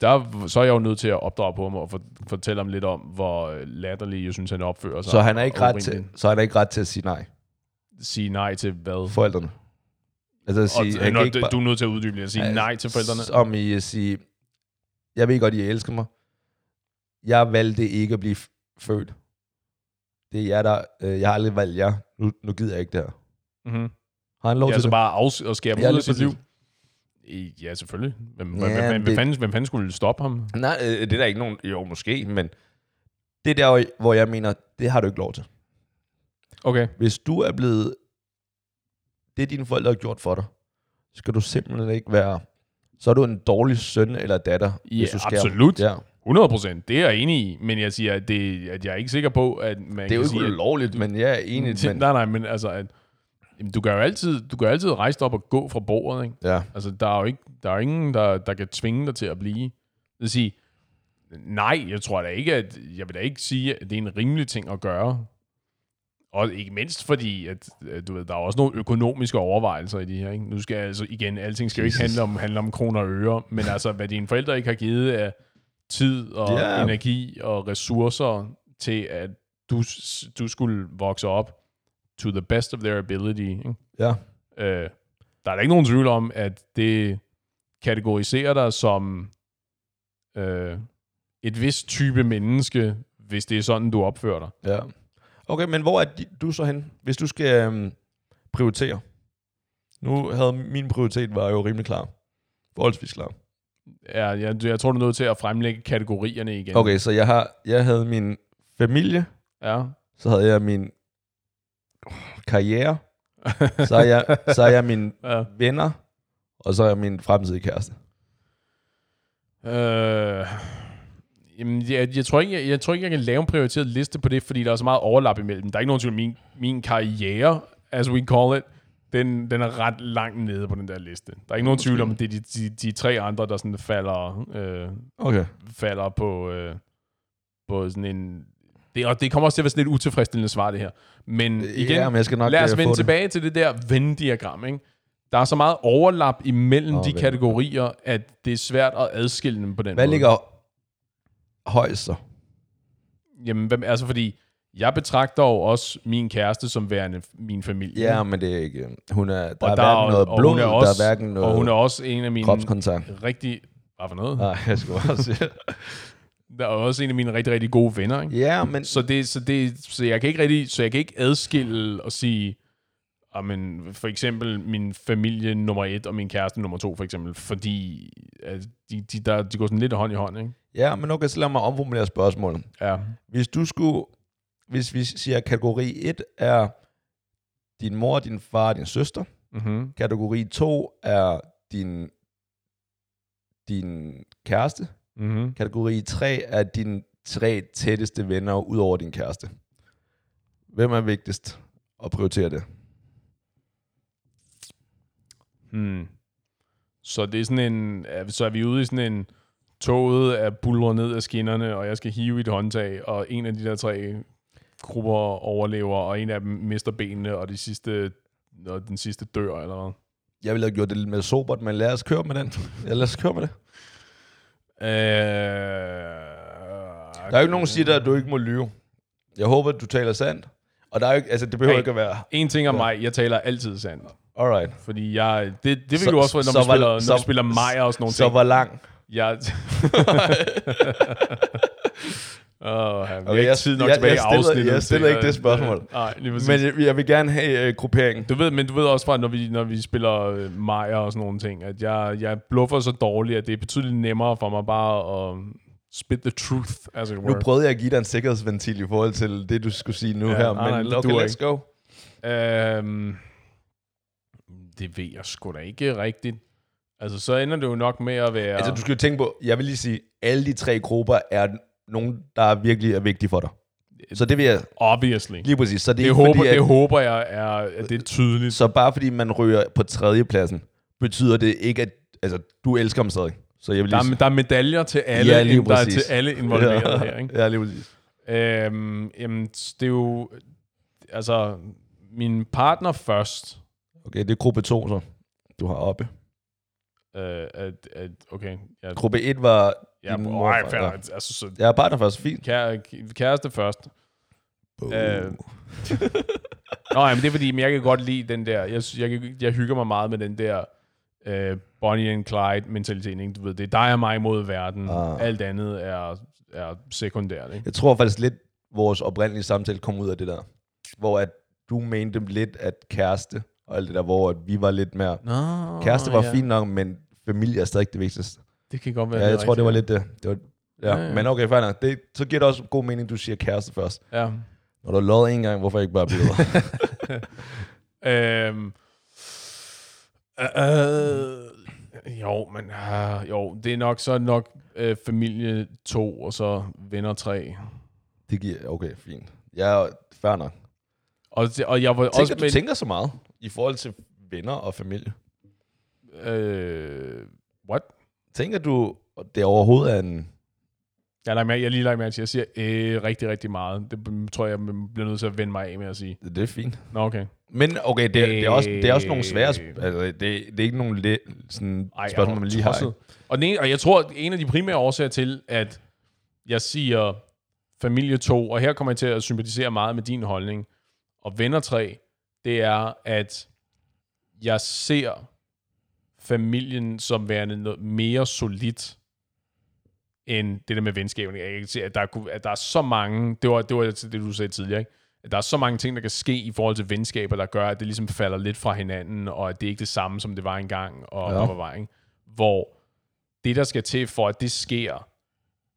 Speaker 1: der, så er jeg jo nødt til at opdrage på ham og for, fortælle ham lidt om, hvor latterlig jeg synes, han opfører sig.
Speaker 2: Så, han er ikke
Speaker 1: og
Speaker 2: ret til,
Speaker 1: urimelig.
Speaker 2: så han er ikke ret til at sige nej.
Speaker 1: Sige nej til hvad?
Speaker 2: Forældrene. Altså at sige,
Speaker 1: og,
Speaker 2: han
Speaker 1: når,
Speaker 2: kan
Speaker 1: ikke
Speaker 2: ikke
Speaker 1: du er nødt til at uddybe det og sige
Speaker 2: Ja,
Speaker 1: nej til forældrene.
Speaker 2: bare, Altså, om I at sige, jeg ved godt, I elsker mig. Jeg valgte ikke at blive f- født. Det er jer, der... Øh, jeg har aldrig valgt jer. Nu, nu gider jeg ikke det her.
Speaker 1: Mm-hmm.
Speaker 2: Har han lov
Speaker 1: Ja,
Speaker 2: til
Speaker 1: så
Speaker 2: det?
Speaker 1: bare afs- og skære dem
Speaker 2: Ja,
Speaker 1: ud
Speaker 2: lige
Speaker 1: af sit liv.
Speaker 2: præcis.
Speaker 1: I- Ja, selvfølgelig. Hvem,
Speaker 2: Ja,
Speaker 1: ja, hvem, hvem,
Speaker 2: men
Speaker 1: hvem,
Speaker 2: det-
Speaker 1: fanden, hvem fanden skulle stoppe ham?
Speaker 2: Nej, øh, det er der ikke nogen... Jo, måske, men... Det er der, hvor jeg mener, det har du ikke lov til.
Speaker 1: Okay.
Speaker 2: Hvis du er blevet... Det, dine forældre har gjort for dig, skal du simpelthen ikke være... Så er du en dårlig søn eller datter,
Speaker 1: Ja,
Speaker 2: hvis du skærer dem.
Speaker 1: absolut.
Speaker 2: Ja.
Speaker 1: 100 procent. Det er jeg enig i. Men jeg siger, at, det, at jeg er ikke sikker på, at man
Speaker 2: Det er jo
Speaker 1: kan
Speaker 2: ikke
Speaker 1: sige... at-
Speaker 2: ulovligt, men jeg er enig.
Speaker 1: Til-
Speaker 2: Men,
Speaker 1: Nej, nej, men altså... At, jamen, du kan jo altid, du kan altid rejse dig op og gå fra bordet, ikke?
Speaker 2: ja.
Speaker 1: Altså, der er jo ikke, der er ingen, der, der kan tvinge dig til at blive. Det vil sige, nej, jeg tror da ikke, at, jeg vil da ikke sige, at det er en rimelig ting at gøre. Og ikke mindst fordi, at øh, du ved, der er også nogle økonomiske overvejelser i det her. Ikke? Nu skal altså igen, alting skal jo ikke
Speaker 2: Jesus.
Speaker 1: handle om, handle om kroner og øre, men altså, hvad dine forældre ikke har givet af tid og
Speaker 2: Ja.
Speaker 1: yeah. energi og ressourcer til, at du, s- du skulle vokse op to the best of their ability. Ikke?
Speaker 2: ja.
Speaker 1: Øh, der er da ikke nogen tvivl om, at det kategoriserer dig som øh, et vist type menneske, hvis det er sådan, du opfører dig.
Speaker 2: Ja. Okay, men hvor er di- du så hen, hvis du skal øhm, prioritere? Nu havde min prioritet var jo rimelig klar. Forholdsvis klar.
Speaker 1: Ja, jeg, jeg tror, du er nødt til at fremlægge kategorierne igen.
Speaker 2: Okay, så jeg, har, jeg havde min familie,
Speaker 1: Ja.
Speaker 2: så havde jeg min karriere, så er jeg, så er jeg mine
Speaker 1: ja.
Speaker 2: venner, og så er jeg min fremtidige kæreste.
Speaker 1: Øh, jamen, jeg, jeg, tror ikke, jeg, jeg tror ikke, jeg kan lave en prioriteret liste på det, fordi der er så meget overlap imellem. Der er ikke nogen tvivl om, min, min karriere, as we call it, den, den er ret langt nede på den der liste. Der er ikke nogen tvivl om, at det er de, de, de tre andre, der sådan falder, øh,
Speaker 2: Okay.
Speaker 1: falder på, øh, på sådan en... Det, og det kommer også til at være sådan lidt utilfredsstillende svar, det her. Men igen,
Speaker 2: ja, men jeg skal nok
Speaker 1: Lad
Speaker 2: øh,
Speaker 1: os
Speaker 2: få
Speaker 1: vende
Speaker 2: det.
Speaker 1: tilbage til det der Venn-diagram, ikke? Der er så meget overlap imellem
Speaker 2: Nå,
Speaker 1: de
Speaker 2: vel.
Speaker 1: kategorier, at det er svært at adskille dem på den
Speaker 2: Hvad
Speaker 1: måde.
Speaker 2: ligger højst så?
Speaker 1: Jamen, hvem, altså fordi, jeg betragter jo også min kæreste som værende min familie.
Speaker 2: Ja, men det er ikke... øh, Hun er, der, er
Speaker 1: der
Speaker 2: hverken
Speaker 1: er-
Speaker 2: noget
Speaker 1: og hun
Speaker 2: blod,
Speaker 1: er
Speaker 2: der
Speaker 1: også-
Speaker 2: er hverken
Speaker 1: Og hun er
Speaker 2: noget
Speaker 1: også en af mine
Speaker 2: kropskontakt.
Speaker 1: rigtig... Hvad for noget?
Speaker 2: Nej, jeg skulle bare sige.
Speaker 1: Der er også en af mine rigtig, rigtig gode venner, ikke?
Speaker 2: Ja, men
Speaker 1: Så, det, så, det, så, jeg kan ikke rigtig, så jeg kan ikke adskille og sige, og men for eksempel min familie nummer et og min kæreste nummer to, for eksempel, fordi at de, de, der, de går sådan lidt hånd i hånd, ikke?
Speaker 2: Ja, men okay, så lad mig omformulere spørgsmålet.
Speaker 1: Ja.
Speaker 2: Hvis du skulle, hvis vi siger, at kategori 1 er din mor, din far og din søster.
Speaker 1: Mm-hmm.
Speaker 2: Kategori 2 er din, din kæreste.
Speaker 1: Mm-hmm.
Speaker 2: Kategori 3 er dine tre tætteste venner ud over din kæreste. Hvem er vigtigst at prioritere det?
Speaker 1: Hmm. Så det er sådan en, er- så er vi ude i sådan en, toget er bulrer ned af skinnerne, og jeg skal hive i et håndtag, og en af de der tre grupper overlever, og en af dem mister benene, og, de sidste, og den sidste dør, eller hvad?
Speaker 2: Jeg ville have gjort det lidt mere sobert, men lad os køre med den. Ja, lad os køre med det.
Speaker 1: Øh,
Speaker 2: Der er jo ikke nogen, der siger dig, at du ikke må lyve. Jeg håber, at du taler sandt. Og der er jo ikke, altså, det behøver
Speaker 1: Hey.
Speaker 2: hey. ikke at være...
Speaker 1: En ting om mig, jeg taler altid sandt.
Speaker 2: Alright.
Speaker 1: Fordi jeg, det, det vil
Speaker 2: Så-
Speaker 1: du også, når,
Speaker 2: så
Speaker 1: man
Speaker 2: var-
Speaker 1: spiller, når
Speaker 2: så-
Speaker 1: man spiller Maja og sådan nogle
Speaker 2: Så
Speaker 1: ting.
Speaker 2: hvor lang?
Speaker 1: Jeg... Åh, oh, okay,
Speaker 2: Okay,
Speaker 1: ikke
Speaker 2: jeg-
Speaker 1: tid nok
Speaker 2: jeg-
Speaker 1: tilbage
Speaker 2: jeg stiller-
Speaker 1: i afsnittet.
Speaker 2: jeg stiller
Speaker 1: til,
Speaker 2: ikke det
Speaker 1: øh,
Speaker 2: spørgsmål.
Speaker 1: øh, Nej, lige præcis.
Speaker 2: Men
Speaker 1: Men,
Speaker 2: jeg, jeg vil gerne have øh, grupperingen.
Speaker 1: du ved, men du ved også fra, når vi, når vi spiller øh, Maja og sådan nogle ting, at jeg, jeg bluffer så dårligt, at det er betydeligt nemmere for mig bare at spit the truth, as it
Speaker 2: Nu
Speaker 1: were.
Speaker 2: prøvede jeg at give dig en sikkerhedsventil i forhold til det, du skulle sige nu
Speaker 1: Ja,
Speaker 2: her,
Speaker 1: nej,
Speaker 2: men
Speaker 1: nej, det
Speaker 2: okay,
Speaker 1: duer
Speaker 2: let's go.
Speaker 1: Øhm, det ved jeg sgu da ikke rigtigt. Altså, så ender det jo nok med at være...
Speaker 2: Altså, du skal jo tænke på, jeg vil lige sige, alle de tre grupper er nogen, der virkelig er vigtige for dig. Så det vil jeg
Speaker 1: Obviously.
Speaker 2: lige præcis. Så det, er
Speaker 1: Det
Speaker 2: ikke
Speaker 1: håber,
Speaker 2: fordi, at, Øh,
Speaker 1: det håber jeg, er, at det er tydeligt.
Speaker 2: Så bare fordi man ryger på tredjepladsen, betyder det ikke, at altså, du elsker ham stadig. Så jeg vil
Speaker 1: Der
Speaker 2: lige
Speaker 1: er, der er medaljer til alle,
Speaker 2: Ja, lige
Speaker 1: der er til
Speaker 2: præcis.
Speaker 1: alle involverede her. Ikke?
Speaker 2: Ja, lige præcis.
Speaker 1: Øhm, jamen, det er jo... Altså, min partner først.
Speaker 2: Okay, det er gruppe 2, så du har oppe.
Speaker 1: Øh, at, at, okay. Jeg,
Speaker 2: Gruppe 1 var...
Speaker 1: jeg,
Speaker 2: din
Speaker 1: mor,
Speaker 2: mor-
Speaker 1: ej, fair, altså, så,
Speaker 2: Jeg er partner først, fint.
Speaker 1: kære, kæreste først. Øh.
Speaker 2: Øh.
Speaker 1: Nå, jamen, det er fordi, men jeg kan godt lide den der... Jeg, sy- jeg, kan- jeg hygger mig meget med den der øh, Bonnie and Clyde-mentalitet. ikke? Du ved, det er dig og mig mod verden.
Speaker 2: Ah.
Speaker 1: Alt andet er, er sekundært. Ikke?
Speaker 2: Jeg tror faktisk lidt, vores oprindelige samtale kom ud af det der. Hvor at du mente lidt, at kæreste og alt det der, hvor at vi var lidt mere...
Speaker 1: Nå,
Speaker 2: Kæreste var
Speaker 1: ja.
Speaker 2: fint nok, men familie er stadig det vigtigste.
Speaker 1: Det kan godt være.
Speaker 2: Ja, jeg tror, det var lidt det. det var, ja.
Speaker 1: Ja, ja.
Speaker 2: Men okay, fair nok. det, Så giver det også god mening, du siger kæreste først.
Speaker 1: rigtigt.
Speaker 2: Når du har lovet en gang, hvorfor ikke bare blive ved?
Speaker 1: Ja. Øhm, øh, øh, jo, men øh, jo, det er nok så er det nok øh, familie 2 og så venner 3.
Speaker 2: Det giver... Okay, fint. Ja, fair nok.
Speaker 1: Og, det- og jeg var
Speaker 2: Tænker,
Speaker 1: også
Speaker 2: du tænker så meget i forhold til venner og familie.
Speaker 1: øh, what?
Speaker 2: Tænker du, at det overhovedet er en...
Speaker 1: Jeg, lader mærke, jeg har lige lagt mærke til, jeg siger øh, rigtig, rigtig meget. Det b- tror jeg, jeg bliver nødt til at vende mig af med at sige.
Speaker 2: Det er fint.
Speaker 1: Nå, okay.
Speaker 2: Men okay, det, det, er, også, det er også nogle svære...
Speaker 1: Øh.
Speaker 2: Sp- altså, det, det er ikke nogle le, sådan
Speaker 1: Ej,
Speaker 2: spørgsmål,
Speaker 1: jeg
Speaker 2: man
Speaker 1: var
Speaker 2: lige har.
Speaker 1: tosset.
Speaker 2: ikke?
Speaker 1: Og, den ene, og jeg tror, at en af de primære årsager til, at jeg siger familie 2, og her kommer jeg til at sympatisere meget med din holdning, og venner 3, det er, at jeg ser familien som værende noget mere solidt, end det der med venskaberne. Jeg kan se, at der, kunne- at der er så mange, det var, det var det, du sagde tidligere, ikke? at der er så mange ting, der kan ske i forhold til venskaber, der gør, at det ligesom falder lidt fra hinanden, og at det ikke er det samme, som det var engang, og
Speaker 2: Ja.
Speaker 1: ja. var, ikke? hvor det, der skal til for, at det sker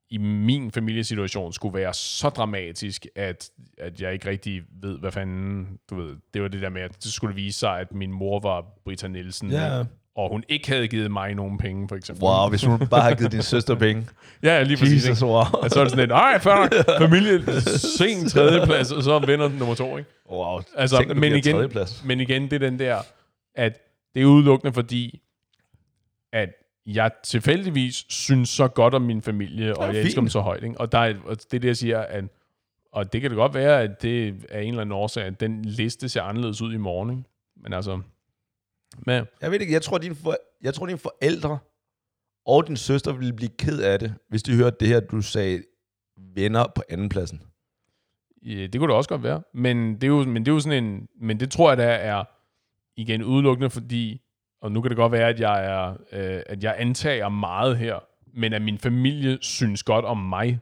Speaker 1: i min familiesituation, skulle være så dramatisk, at, at jeg ikke rigtig ved, hvad fanden, du ved, det var det der med, at det skulle vise sig, at min mor var Britta Nielsen,
Speaker 2: Ja.
Speaker 1: ikke? og hun ikke havde givet mig nogen penge, for eksempel.
Speaker 2: Wow, hvis hun bare har givet din søster penge.
Speaker 1: Ja, ja, lige præcis. Altså, ikke?
Speaker 2: Jesus, wow.
Speaker 1: Og så er det sådan lidt, ej, fair nok, familie, sen tredjeplads, og så vinder den nummer to, ikke?
Speaker 2: wow.
Speaker 1: Altså,
Speaker 2: Tænk, du
Speaker 1: men,
Speaker 2: bliver
Speaker 1: igen,
Speaker 2: tredjeplads.
Speaker 1: men igen, det er den der, at det er udelukkende fordi, at jeg tilfældigvis synes så godt om min familie, og
Speaker 2: Ja,
Speaker 1: jeg
Speaker 2: fint.
Speaker 1: elsker dem så højt. Ikke? Og, der er, og det er det, jeg siger, at, og det kan det godt være, at det er en eller anden årsag, at den liste ser anderledes ud i morgen. Ikke? Men altså, men,
Speaker 2: Jeg ved ikke, jeg tror, dine for, jeg tror, dine forældre og din søster ville blive ked af det, hvis de hørte det her, du sagde venner på andenpladsen.
Speaker 1: Ja, det kunne det også godt være. Men det er jo, men det er jo sådan en... Men det tror jeg da er igen udelukkende, fordi... Og nu kan det godt være, at jeg, er, øh, at jeg antager meget her, men at min familie synes godt om mig.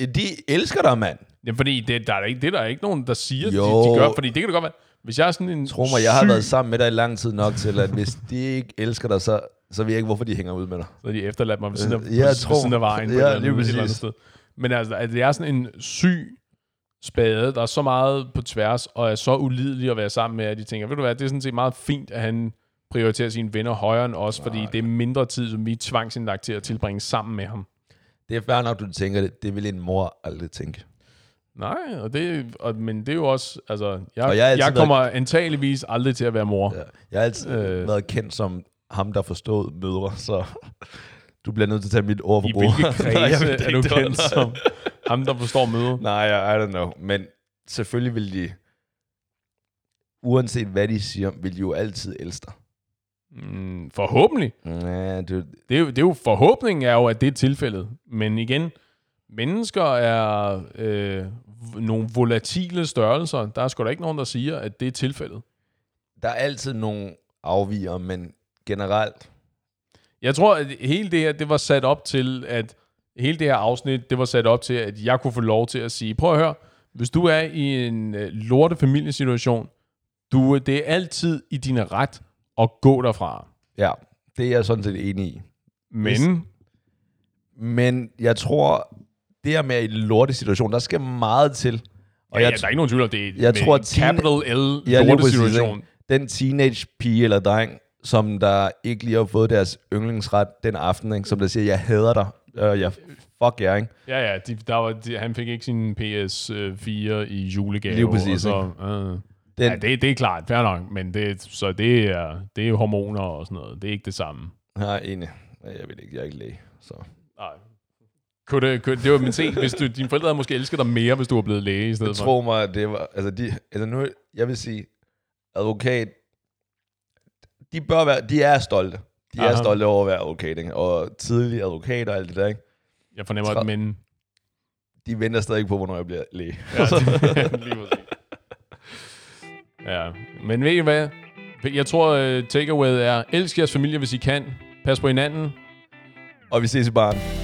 Speaker 2: Ja, De elsker dig, mand.
Speaker 1: Jamen, fordi det, der er da ikke, det er der ikke nogen, der siger, de,
Speaker 2: Jo.
Speaker 1: de gør. Fordi det kan det godt være. Hvis jeg er sådan en
Speaker 2: Tro mig, jeg har
Speaker 1: syg,
Speaker 2: været sammen med dig i lang tid nok til, at hvis de ikke elsker dig, så, så ved jeg ikke, hvorfor de hænger ud med dig.
Speaker 1: Så har de efterladt mig ved siden af,
Speaker 2: Øh,
Speaker 1: ja,
Speaker 2: ja,
Speaker 1: ved
Speaker 2: tro.
Speaker 1: siden af vejen. på
Speaker 2: Ja,
Speaker 1: et eller andet-
Speaker 2: lige
Speaker 1: et eller andet
Speaker 2: præcis.
Speaker 1: sted. Men altså, at jeg er sådan en syg spade, der er så meget på tværs, og er så ulidelig at være sammen med, at de tænker, ved du hvad, det er sådan set meget fint, at han prioriterer sine venner højere end os, fordi det er mindre tid, som vi er tvangsindlagt til at tilbringe sammen med ham.
Speaker 2: Det er fair nok, du tænker det. Det vil en mor aldrig tænke.
Speaker 1: Nej, og det, og, men det er jo også, altså, jeg,
Speaker 2: Og
Speaker 1: og
Speaker 2: jeg
Speaker 1: jeg,
Speaker 2: har altid
Speaker 1: jeg kommer antageligvis aldrig til at være mor. Ja.
Speaker 2: Ja. Jeg har altid
Speaker 1: Øh.
Speaker 2: øh. været kendt som ham, der forstod mødre, så du bliver nødt til at tage mit ord for
Speaker 1: I
Speaker 2: gode.
Speaker 1: hvilke
Speaker 2: Nej, jeg
Speaker 1: kredse
Speaker 2: ved
Speaker 1: Nej,
Speaker 2: det
Speaker 1: er du
Speaker 2: ikke, det var-
Speaker 1: kendt som ham, der forstår møde?
Speaker 2: Nej, I I don't know. Men selvfølgelig vil de, uanset hvad de siger, vil de jo altid elske dig.
Speaker 1: Mm, forhåbentlig.
Speaker 2: Ja, det,
Speaker 1: det er, jo, det er jo forhåbningen er jo, at det er tilfældet. Men igen, mennesker er øh, v- nogle volatile størrelser. Der er sgu da ikke nogen, der siger, at det er tilfældet.
Speaker 2: der er altid nogle afviger, men generelt,
Speaker 1: Jeg tror, at hele det her, det var sat op til, at hele det her afsnit, det var sat op til, at jeg kunne få lov til at sige, prøv at høre, hvis du er i en øh, lorte familiesituation, du, det er altid i din ret at gå derfra.
Speaker 2: ja, det er jeg sådan set enig i.
Speaker 1: Men
Speaker 2: Men jeg tror, det her med i lorte situation, der skal meget til.
Speaker 1: og
Speaker 2: Og jeg,
Speaker 1: ja, der er ikke nogen tvivl om, det er
Speaker 2: jeg
Speaker 1: med
Speaker 2: tror,
Speaker 1: en
Speaker 2: teen-
Speaker 1: capital L
Speaker 2: Ja, lige
Speaker 1: lorte
Speaker 2: præcis, ikke?
Speaker 1: situation.
Speaker 2: den teenage pige eller dreng, som der ikke lige har fået deres yndlingsret den aften, ikke? som der siger, jeg hader dig, øh, jeg fuck jer, ikke?
Speaker 1: Ja, ja, de, der var, de, han fik ikke sin PS4 i julegave.
Speaker 2: Lige præcis,
Speaker 1: og så, øh,
Speaker 2: Den,
Speaker 1: ja, det, det er klart, fair nok, men det, så det er, det er jo hormoner og sådan noget. Det er ikke det samme.
Speaker 2: Ja, enig. Jeg ved ikke, jeg er ikke læge. Så.
Speaker 1: Nej. Kunne det, kunne, det var min ting, hvis du, dine forældre havde måske elsket dig mere, hvis du var blevet læge i stedet for.
Speaker 2: Tro mig, det var... Altså, de, altså nu, jeg vil sige, advokat, de bør være, de er stolte. De Aha.
Speaker 1: Aha.
Speaker 2: er stolte over at være advokat, ikke? Og tidlige advokater og alt det der, ikke?
Speaker 1: Jeg fornemmer,
Speaker 2: Tro-
Speaker 1: at men...
Speaker 2: De venter stadig på, hvornår jeg bliver læge.
Speaker 1: Ja, det, lige præcis. ja, men ved I hvad? Jeg tror, øh, uh, takeawayet er, elsk jeres familie, hvis I kan. Pas på hinanden.
Speaker 2: Og vi ses i baren.